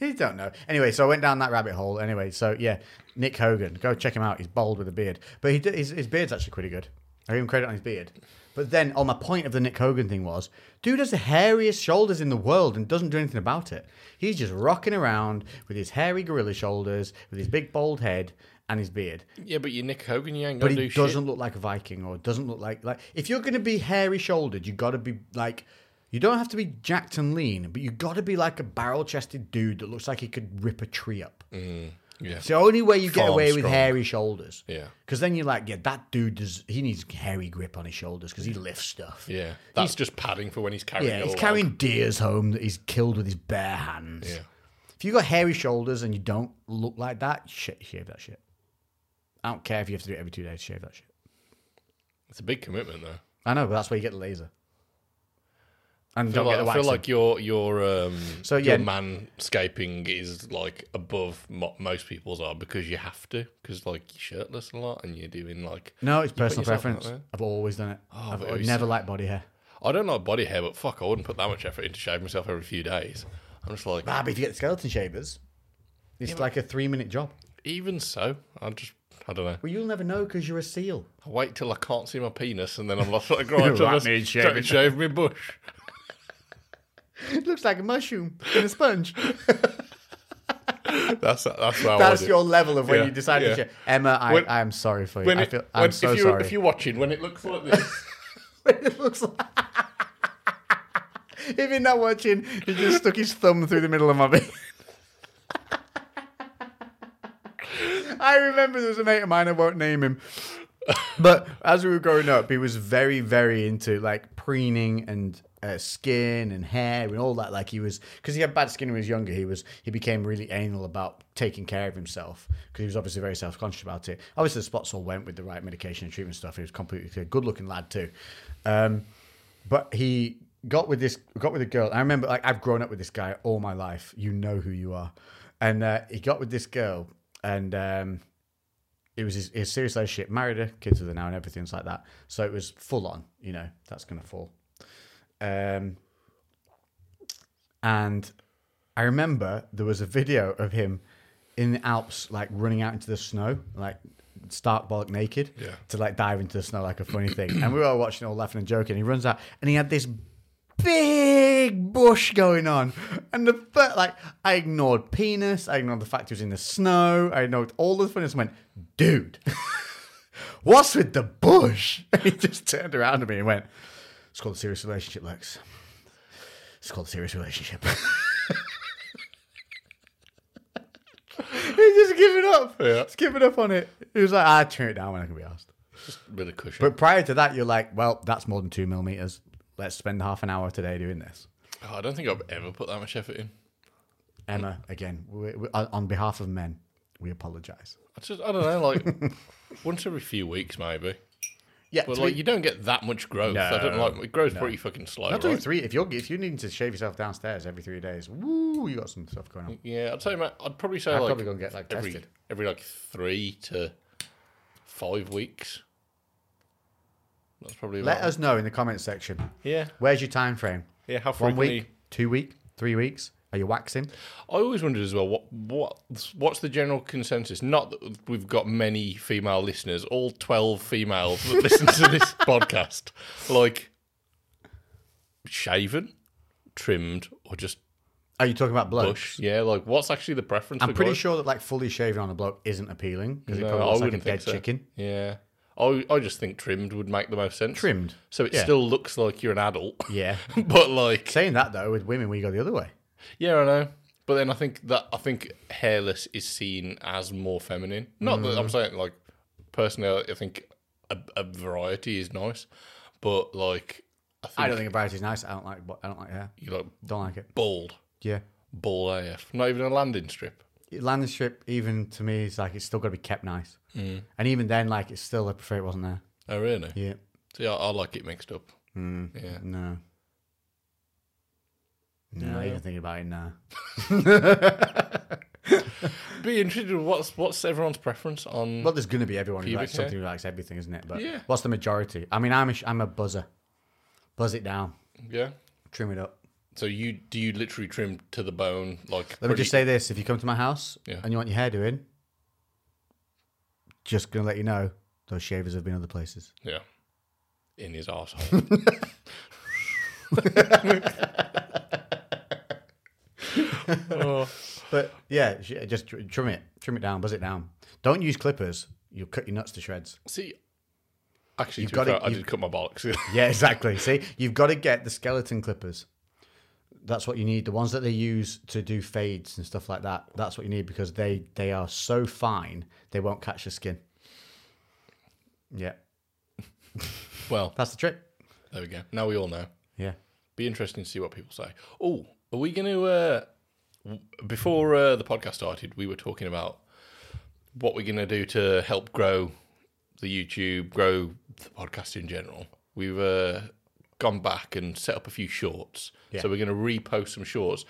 C: He don't know. Anyway, so I went down that rabbit hole. Anyway, so yeah, Nick Hogan, go check him out. He's bald with a beard, but he did, his his beard's actually pretty good. I give him credit on his beard. But then, on my point of the Nick Hogan thing was, dude has the hairiest shoulders in the world and doesn't do anything about it. He's just rocking around with his hairy gorilla shoulders, with his big bald head and his beard.
B: yeah, but you Nick Hogan, you ain't
C: But
B: gonna
C: he
B: do
C: doesn't
B: shit.
C: look like a Viking or doesn't look like like if you're gonna be hairy shouldered, you gotta be like you don't have to be
B: Mm.
C: jacked and lean, but you gotta be like a barrel chested dude that looks like he could rip a tree up.
B: Yeah.
C: It's the only way you get
B: Farm
C: away with
B: strong.
C: hairy shoulders.
B: Yeah.
C: Because then you're like, yeah, that dude does. He needs hairy grip on his shoulders because he lifts stuff.
B: Yeah, oh, that's just padding for when he's carrying.
C: Yeah,
B: a
C: he's
B: log.
C: carrying deers home that he's killed with his bare hands.
B: Yeah.
C: If you got hairy shoulders and you don't look like that, shit, shave that shit. I don't care if you have to do it every two days. Shave that shit.
B: It's a big commitment, though.
C: I know, but that's where you get the laser. And
B: I feel
C: don't
B: like,
C: get the
B: I feel
C: waxing.
B: like your your um
C: So, yeah.
B: your manscaping is like above mo- most people's are because you have to because like you're shirtless a lot and you're doing like
C: no, it's personal
B: yourself out
C: preference.
B: there.
C: I've always done it. I've,
B: but
C: I've
B: who's-
C: never liked body hair.
B: I don't like body hair but fuck I wouldn't put that much effort into shaving myself every few days. I'm just like
C: Ah, but if you get the skeleton shavers, it's like a three minute job.
B: even so I just I don't know.
C: Well, you'll never know because you're a seal.
B: I wait till I can't see my penis and then I'm like right to
C: Right,
B: just
C: need
B: don't
C: shaving.
B: shave my bush.
C: it looks like a mushroom in a sponge.
B: That's that's how I
C: That's
B: do it.
C: your level of when
B: Yeah,
C: you decide
B: yeah.
C: to shave. Emma, I,
B: When-
C: I am sorry for you.
B: When
C: I
B: it-
C: feel,
B: when-
C: I'm so
B: if you
C: sorry.
B: if you're watching when it looks like this
C: it looks like. if you're not watching, he just stuck his thumb through the middle of my beard. I remember there was a mate of mine, I won't name him. But as we were growing up, he was very, very into like preening and uh, skin and hair and all that. Like he was, because he had bad skin when he was younger, he was he became really anal about taking care of himself because he was obviously very self conscious about it. Obviously, the spots all went with the right medication and treatment stuff. He was completely a good looking lad too. Um, but he got with this got with a girl. I remember like I've grown up with this guy all my life. You know who you are, and uh, he got with this girl, and um, it was his, his serious relationship. Married her, kids with her now, and everything's like that. So it was full on. You know that's gonna fall. Um, and I remember there was a video of him in the Alps, like running out into the snow, like stark bollock naked,
B: Yeah.
C: to like dive into the snow like a funny thing. And we were all watching, all laughing and joking. He runs out, and he had this big bush going on. And the fir- like, I ignored penis, I ignored the fact he was in the snow, I ignored all the funniness. and Went, dude, what's with the bush? And he just turned around to me and went, "It's called a serious relationship, Lex. It's called a serious relationship." He's just giving up.
B: Yeah.
C: Just giving up on it. He was like, I turn it down when I can be asked.
B: just a bit of cushion.
C: But prior to that, you're like, well, that's more than two millimeters. Let's spend half an hour today doing this.
B: Oh, I don't think I've ever put that much effort in.
C: Emma, again, we, we, on on behalf of men, we apologize.
B: I just I don't know, like once every few weeks maybe.
C: Yeah,
B: But
C: to
B: like
C: be-
B: you don't get that much growth. I don't
C: No,
B: like it grows pretty fucking slow.
C: not every
B: right?
C: three. If you're if you need to shave yourself downstairs every three days, woo, you got some stuff going on.
B: Yeah, I'd say mate, I'd probably say
C: I'd
B: like
C: probably go and get, like,
B: every
C: tested.
B: every like three to five weeks. That's probably about
C: Let us know in the comments section.
B: Yeah.
C: Where's your time frame?
B: Yeah, how
C: One
B: frequently
C: week, two week, three weeks? Are you waxing?
B: I always wondered as well what what what's the general consensus? Not that we've got many female listeners, all twelve females that listen to this podcast, like shaven, trimmed, or just
C: Are you talking about blood?
B: bush. Yeah, like what's actually the preference?
C: I'm
B: of
C: pretty
B: guys?
C: sure that like fully shaving on a bloke isn't appealing because
B: No,
C: it probably
B: I
C: looks like a
B: wouldn't think
C: dead
B: so.
C: chicken.
B: Yeah, I I just think trimmed would make the most sense.
C: Trimmed.
B: so it
C: Yeah.
B: still looks like you're an adult.
C: Yeah.
B: but like
C: Saying that though, with women we go the other way.
B: Yeah, I know. But then I think that I think hairless is seen as more feminine. Not that
C: Mm.
B: I'm saying like personally, I think a, a variety is nice, but like I think,
C: I don't think a variety's nice. I don't like. I don't like hair.
B: you like
C: Don't like it.
B: bald,
C: Yeah.
B: bald AF. Not even a landing strip.
C: Landing strip, even to me, is like it's still got to be kept nice. Mm. And even then, like it's still I prefer it wasn't there.
B: Oh really?
C: Yeah. Mm.
B: See, I, I like it mixed up. Yeah.
C: No. No, I didn't think about it. No.
B: Be interested. in What's what's everyone's preference on?
C: Well, there's gonna be everyone
B: Mm.
C: who
B: Pubic
C: likes
B: hair?
C: something who likes everything, isn't it? But
B: Yeah.
C: what's the majority? I mean, I'm a, sh- I'm a buzzer. Buzz it down.
B: yeah.
C: Trim it up.
B: So you do you literally trim to the bone like?
C: Let me just say this: if you come to my house
B: Yeah.
C: and you want your hair doing, just gonna let you know those shavers have been other places.
B: Yeah. In his arsehole. oh,
C: But yeah, sh- just tr- trim it, trim it down, buzz it down. Don't use clippers; you'll cut your nuts to shreds.
B: see, actually,
C: You've
B: to be
C: gotta-
B: fair, I
C: you've-
B: did cut my bollocks.
C: Yeah, exactly. See, you've got to get the skeleton clippers. That's what you need. The ones that they use to do fades and stuff like that. That's what you need because they they are so fine they won't catch your skin. Yeah,
B: Well,
C: that's the trick.
B: there we go. Now we all know.
C: Yeah.
B: Be interesting to see what people say. Oh, are we going to? Uh, w- before uh, the podcast started, we were talking about what we're going to do to help grow the YouTube, grow the podcast in general. We've uh, gone back and set up a few shorts, so we're going to repost some shorts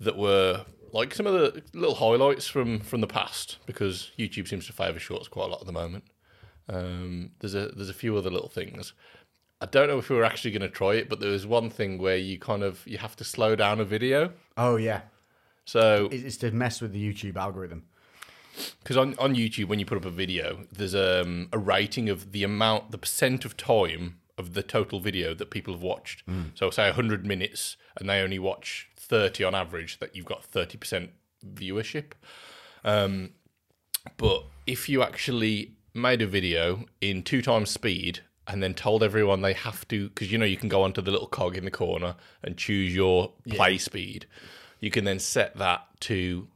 B: that were like some of the little highlights from from the past because YouTube seems to favour shorts quite a lot at the moment. Um, there's a there's a few other little things. I don't know if we were actually going to try it, but there was one thing where you kind of you have to slow down a video.
C: Oh yeah,
B: So
C: It- it's to mess with the YouTube algorithm.
B: because on, on YouTube when you put up a video, there's um, a rating of the amount, the percent of time of the total video that people have watched. So say 100 minutes, and they only watch 30 on average. That you've got 30% viewership. Um, but if you actually made a video in two times speed and then told everyone they have to, because you know you can go onto the little cog in the corner and choose your play speed. You can then set that to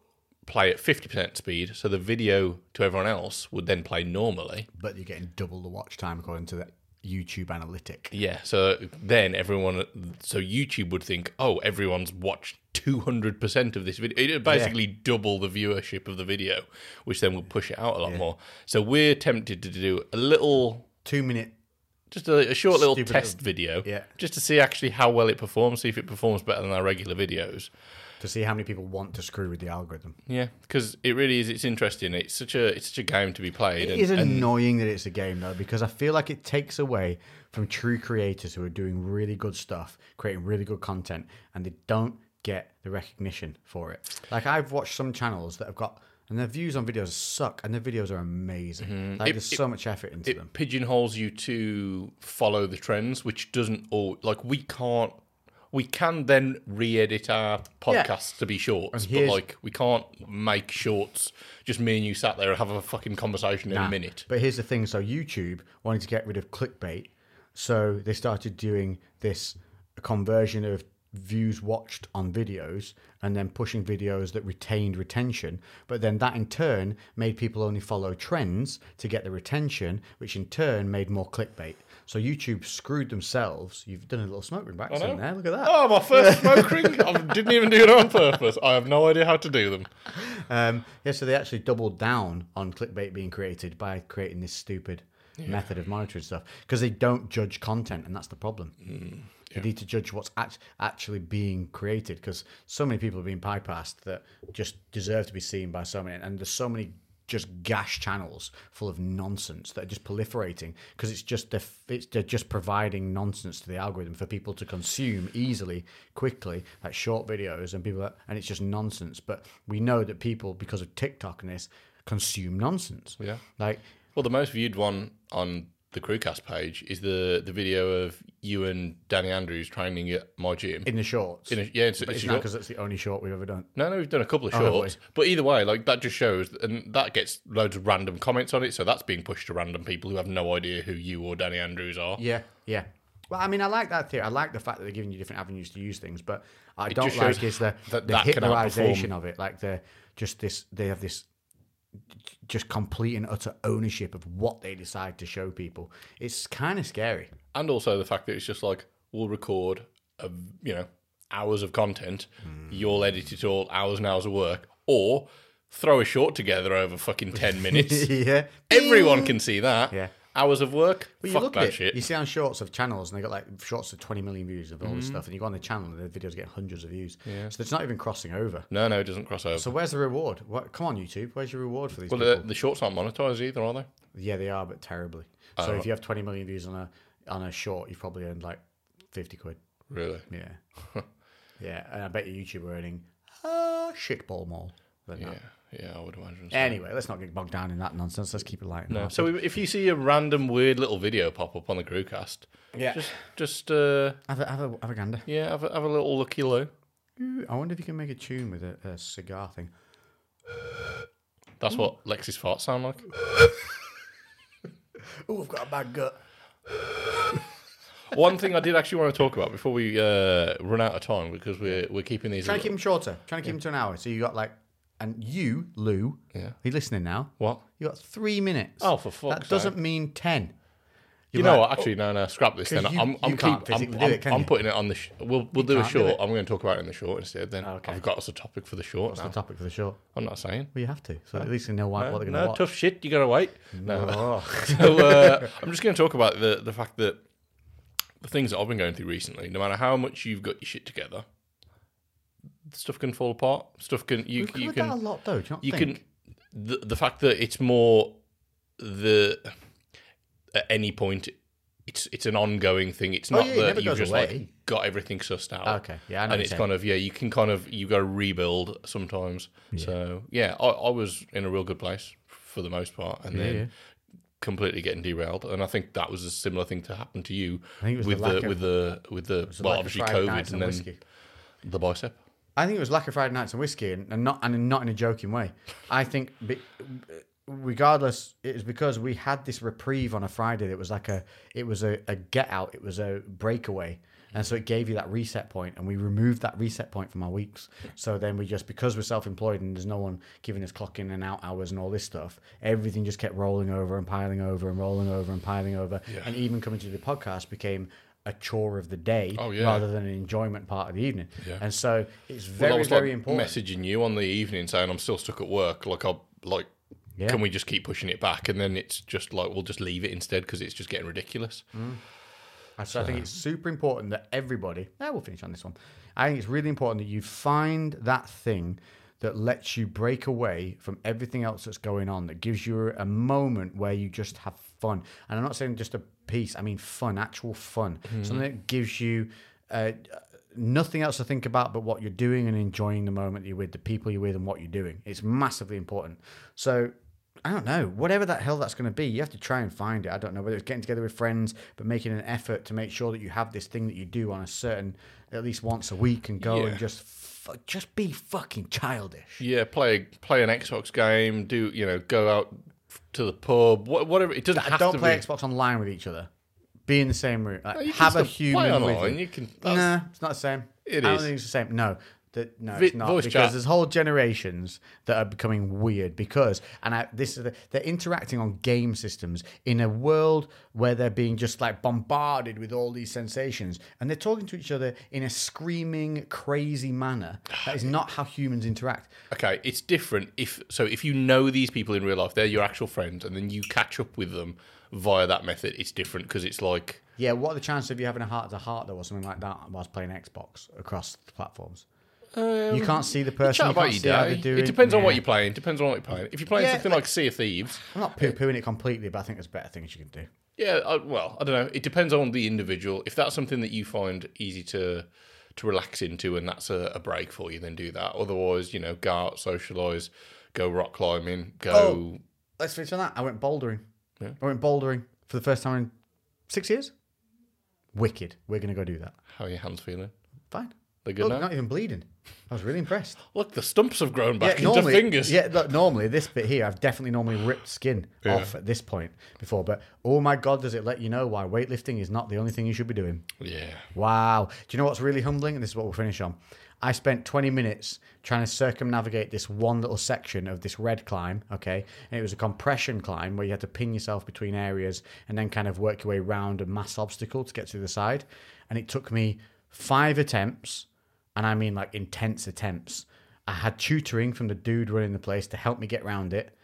B: play at 50% speed, so the video to everyone else would then play normally.
C: But you're getting double the watch time according to the YouTube analytic.
B: Yeah, so then everyone, so YouTube would think, oh, everyone's watched 200% of this video. It would basically double the viewership of the video, which then would push it out a lot more. So we're tempted to do a little
C: Two minute.
B: just a, a short little
C: Stupid
B: test
C: little-
B: video,
C: yeah.
B: just to see actually how well it performs, see if it performs better than our regular videos.
C: To see how many people want to screw with the algorithm.
B: Yeah, because it really is. It's interesting. It's such a it's such a game to be played.
C: It is annoying that it's a game though, because I feel like it takes away from true creators who are doing really good stuff, creating really good content, and they don't get the recognition for it. Like I've watched some channels that have got and their views on videos suck, and their videos are amazing. Like there's so much effort into them.
B: it pigeonholes you to follow the trends, which doesn't all like we can't. We can then re-edit our podcasts to be shorts, but
C: here's-
B: like we can't make shorts. Just me and you sat there and have a fucking conversation in a minute.
C: But here's the thing: so YouTube wanted to get rid of clickbait, so they started doing this conversion of views watched on videos and then pushing videos that retained retention but then that in turn made people only follow trends to get the retention which in turn made more clickbait so youtube screwewed themselves you've done a little smoke ring by accident there look at that
B: Oh, my first smoke ring! I didn't even do it on purpose. I have no idea how to do them.
C: Um, yeah, so they actually doubled down on clickbait being created by creating this stupid method of monitoring stuff because they don't judge content, and that's the problem. You need to judge what's act- actually being created because so many people have been bypassed that just deserve to be seen by so many, and there's so many just gash channels full of nonsense that are just proliferating because it's just they're, it's, they're just providing nonsense to the algorithm for people to consume easily quickly like short videos and people are, and it's just nonsense but we know that people because of tiktok and this consume nonsense
B: Yeah.
C: like
B: Well, the most viewed one on the Crewcast page is the the video of you and Danny Andrews training at my gym.
C: in the shorts
B: In a- yeah, it's,
C: but
B: it's
C: it's
B: a
C: not
B: short-
C: because that's the only short we've ever done
B: No, no, we've done a couple of
C: Oh, have we?
B: shorts, but either way, like that just shows, and that gets loads of random comments on it. So that's being pushed to random people who have no idea who you or Danny Andrews are.
C: yeah yeah well, I mean, I like that theory. I like the fact that they're giving you different avenues to use things, but I don't
B: just shows
C: like is the
B: that
C: the
B: that can
C: Hitlerization of it. Like the just this, they have this just complete and utter ownership of what they decide to show people. It's kind of scary.
B: And also the fact that it's just like we'll record, a, you know, hours of content.
C: Mm.
B: You'll edit it all, hours and hours of work, or throw a short together over fucking ten minutes.
C: yeah,
B: Everyone can see that.
C: Yeah.
B: Hours of work.
C: But you
B: Fuck
C: look
B: that
C: at it,
B: shit.
C: You see on shorts of channels, and they got like shorts of twenty million views of all
B: Mm-hmm.
C: this stuff, and you go on the channel, and the videos get hundreds of views. So it's not even crossing over.
B: No, no, it doesn't cross over.
C: So where's the reward? What, come on, YouTube, where's your reward for these
B: well,
C: people?
B: the, the shorts aren't monetized either, are they?
C: Yeah, they are, but terribly. So
B: Oh.
C: if you have 20 million views on a on a short, you've probably earned like 50 quid.
B: Really?
C: Yeah. yeah, and I bet your YouTube are earning uh, shitball more than
B: Yeah,
C: that.
B: yeah, I would imagine. So.
C: Anyway, let's not get bogged down in that nonsense. Let's keep it light. and
B: No.
C: hearted.
B: So if you see a random weird little video pop up on the Crewcast,
C: Yeah.
B: just just uh,
C: Have a, have a, have a gander.
B: yeah, have a, have a little looky loo.
C: Ooh, I wonder if you can make a tune with a, a cigar thing.
B: That's what Lexi's farts sound like.
C: Oh, I've got a bad gut.
B: One thing I did actually want to talk about before we uh, run out of time because we're we're keeping these.
C: Try
B: a
C: to keep them shorter. Try to keep them to an hour. So you got like, and you, Lou,
B: Yeah.
C: are you listening now?
B: What?
C: You got three minutes.
B: Oh, for fuck's
C: That
B: sake.
C: doesn't mean ten.
B: You know what? Actually, no, no. Scrap this. Then
C: 'Cause you-
B: I'm, I'm,
C: you can't
B: keep, I'm,
C: physically do
B: I'm,
C: it, can
B: I'm
C: you?
B: putting it on the. Sh- we'll we'll do a
C: can't do
B: short.
C: it.
B: I'm going to talk about it in the short instead. Then
C: Okay.
B: I've got us a topic for the short now.
C: That's the topic for the short.
B: I'm not saying.
C: Well, you have to. So at least you know why, what they're going to
B: No,
C: watch.
B: tough shit. You gotta wait. No.
C: Oh.
B: so uh, I'm just going to talk about the the fact that the things that I've been going through recently. No matter how much you've got your shit together, stuff can fall apart. Stuff can you
C: We've
B: you
C: covered
B: can
C: that a lot, though. Do you not
B: you
C: think?
B: can the, the fact that it's more the at any point it's it's an ongoing thing it's not
C: Oh, yeah, it
B: that
C: never
B: you've
C: goes
B: just
C: away.
B: like got everything sussed out
C: Okay, yeah, I know
B: and
C: what you're
B: it's
C: saying.
B: kind of yeah you can kind of you got to rebuild sometimes so yeah I, I was in a real good place for the most part and then
C: yeah.
B: completely getting derailed and i think that was a similar thing to happen to you
C: think it was the
B: with
C: lack of-
B: with the with the
C: So
B: well
C: like
B: obviously
C: Friday
B: covid
C: nights
B: and then
C: whiskey.
B: the bicep
C: I think it was lack of Friday nights and whiskey, and, and not and not in a joking way. I think, be, regardless, it was because we had this reprieve on a Friday that was like a it was a, a get out, it was a breakaway, and so it gave you that reset point, and we removed that reset point from our weeks. So then we just because we're self employed and there's no one giving us clock in and out hours and all this stuff, everything just kept rolling over and piling over and rolling over and piling over, and even coming to the podcast became. A chore of the day
B: Oh, yeah.
C: rather than an enjoyment part of the evening. And so it's
B: Well,
C: very,
B: I was,
C: very
B: like,
C: important.
B: Messaging you on the evening saying I'm still stuck at work. Like I like,
C: Yeah.
B: can we just keep pushing it back? And then it's just like we'll just leave it instead because it's just getting ridiculous.
C: Mm. And So I think it's super important that everybody. Now we'll finish on this one. I think it's really important that you find that thing that lets you break away from everything else that's going on. That gives you a moment where you just have fun. And I'm not saying just a piece. I mean fun, actual fun. Something that gives you. Uh, nothing else to think about but what you're doing and enjoying the moment you're with the people you're with and what you're doing it's massively important so I don't know, whatever that hell that's going to be, you have to try and find it. I don't know whether it's getting together with friends, but making an effort to make sure that you have this thing that you do on a certain, at least once a week, and go
B: Yeah.
C: and just, fu- just be fucking childish.
B: Yeah, play play an Xbox game. Do you know? Go out to the pub. wha- Whatever. It doesn't have
C: don't
B: to
C: play
B: be.
C: Xbox online with each other. Be in the same room. Like,
B: You can
C: have a
B: still play
C: human with
B: online,
C: you.
B: You can. that's-
C: Nah, it's not the same.
B: It
C: I
B: is.
C: don't think it's the same. No, that no,
B: Vi-
C: it's not
B: voice
C: because
B: chat.
C: there's whole generations that are becoming weird because and I, this is the, they're interacting on game systems in a world where they're being just like bombarded with all these sensations and they're talking to each other in a screaming, crazy manner. That is not how humans interact.
B: Okay, it's different if so. If you know these people in real life, they're your actual friends, and then you catch up with them via that method. It's different because it's like
C: Yeah, what are the chances of you having a heart to heart though, or something like that, whilst playing Xbox across the platforms? you can't see the person.
B: Um, chat about
C: You can't
B: your
C: see how they're
B: day.
C: doing.
B: It depends on what
C: Yeah.
B: you're playing. Depends on what you're playing. If you're playing
C: Yeah,
B: something like Sea of Thieves,
C: I'm not poo pooing it completely, but I think there's better things you can do.
B: Yeah, I, well, I don't know. It depends on the individual. If that's something that you find easy to to relax into, and that's a, a break for you, then do that. Otherwise, you know, go out, socialise, go rock climbing,
C: Oh.
B: go.
C: Let's finish on that. I went bouldering. I went bouldering for the first time in six years. Wicked. We're going to go do that.
B: How are your hands feeling?
C: Fine.
B: They're good
C: Look,
B: now.
C: not even bleeding. I was really impressed.
B: Look, the stumps have grown back into
C: normally,
B: fingers.
C: Yeah, look, normally this bit here, I've definitely normally ripped skin off at this point before, but oh my God, does it let you know why weightlifting is not the only thing you should be doing?
B: yeah.
C: Wow. Do you know what's really humbling? And this is what we'll finish on. I spent 20 minutes trying to circumnavigate this one little section of this red climb, okay? And it was a compression climb where you had to pin yourself between areas and then kind of work your way around a mass obstacle to get to the side. And it took me five attempts, and I mean like intense attempts. I had tutoring from the dude running the place to help me get around it.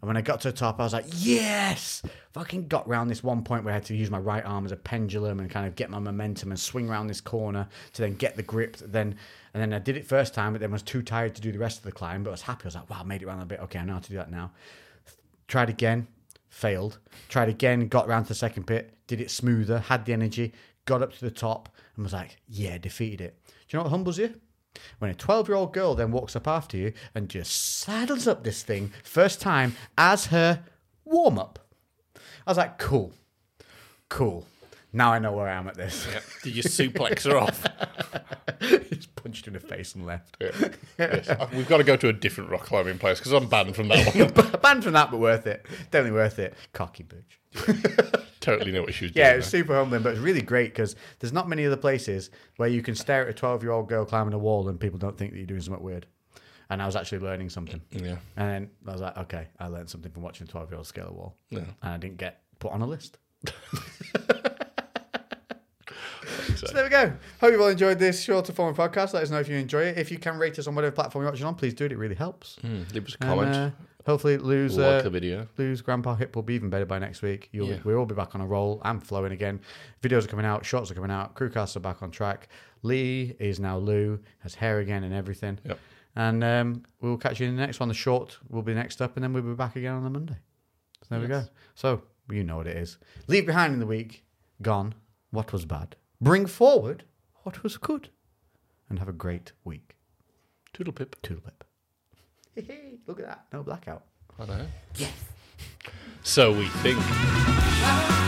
C: And when I got to the top, I was like, yes! Fucking got round this one point where I had to use my right arm as a pendulum and kind of get my momentum and swing around this corner to then get the grip. Then and then I did it first time, but then was too tired to do the rest of the climb. But I was happy. I was like, wow, I made it round a bit. Okay, I know how to do that now. Tried again, failed. Tried again, got round to the second bit, did it smoother, had the energy, got up to the top, and was like, yeah, defeated it. Do you know what humbles you? When a 12 year old girl then walks up after you and just saddles up this thing first time as her warm up. I was like, cool, cool. Now I know where I am at this.
B: yeah. Did you suplex her off?
C: just punched her in the face and left.
B: Yeah. Yes. Uh, We've got to go to a different rock climbing place because I'm banned from that one.
C: Banned from that, but worth it. Definitely worth it. Cocky bitch.
B: totally know what she was doing.
C: Yeah, it was
B: there.
C: super humbling, but it's really great because there's not many other places where you can stare at a 12 year old girl climbing a wall and people don't think that you're doing something weird. And I was actually learning something.
B: Yeah.
C: And then I was like, okay, I learned something from watching 12 year old scale a wall.
B: Yeah.
C: And I didn't get put on a list. so there we go. Hope you've all enjoyed this shorter form podcast. Let us know if you enjoy it. If you can rate us on whatever platform you're watching on, please do it. It really helps.
B: Leave us a
C: And,
B: Hmm, comment.
C: uh, hopefully, lose
B: like
C: uh,
B: the video.
C: Blues, Grandpa Hip will be even better by next week. You'll,
B: Yeah.
C: We'll all be back on a roll. I'm flowing again. Videos are coming out. Shorts are coming out. Crewcasts are back on track. Lee is now Lou, has hair again and everything.
B: Yep.
C: And um, we'll catch you in the next one. The short will be next up, and then we'll be back again on the Monday. So there we go. So you know what it is. Leave behind in the week. Gone. What was bad. Bring forward what was good. And have a great week.
B: Toodle pip.
C: Toodle pip. Hey, hey, look at that. No blackout.
B: I know. Yes. So we think.
A: Yes.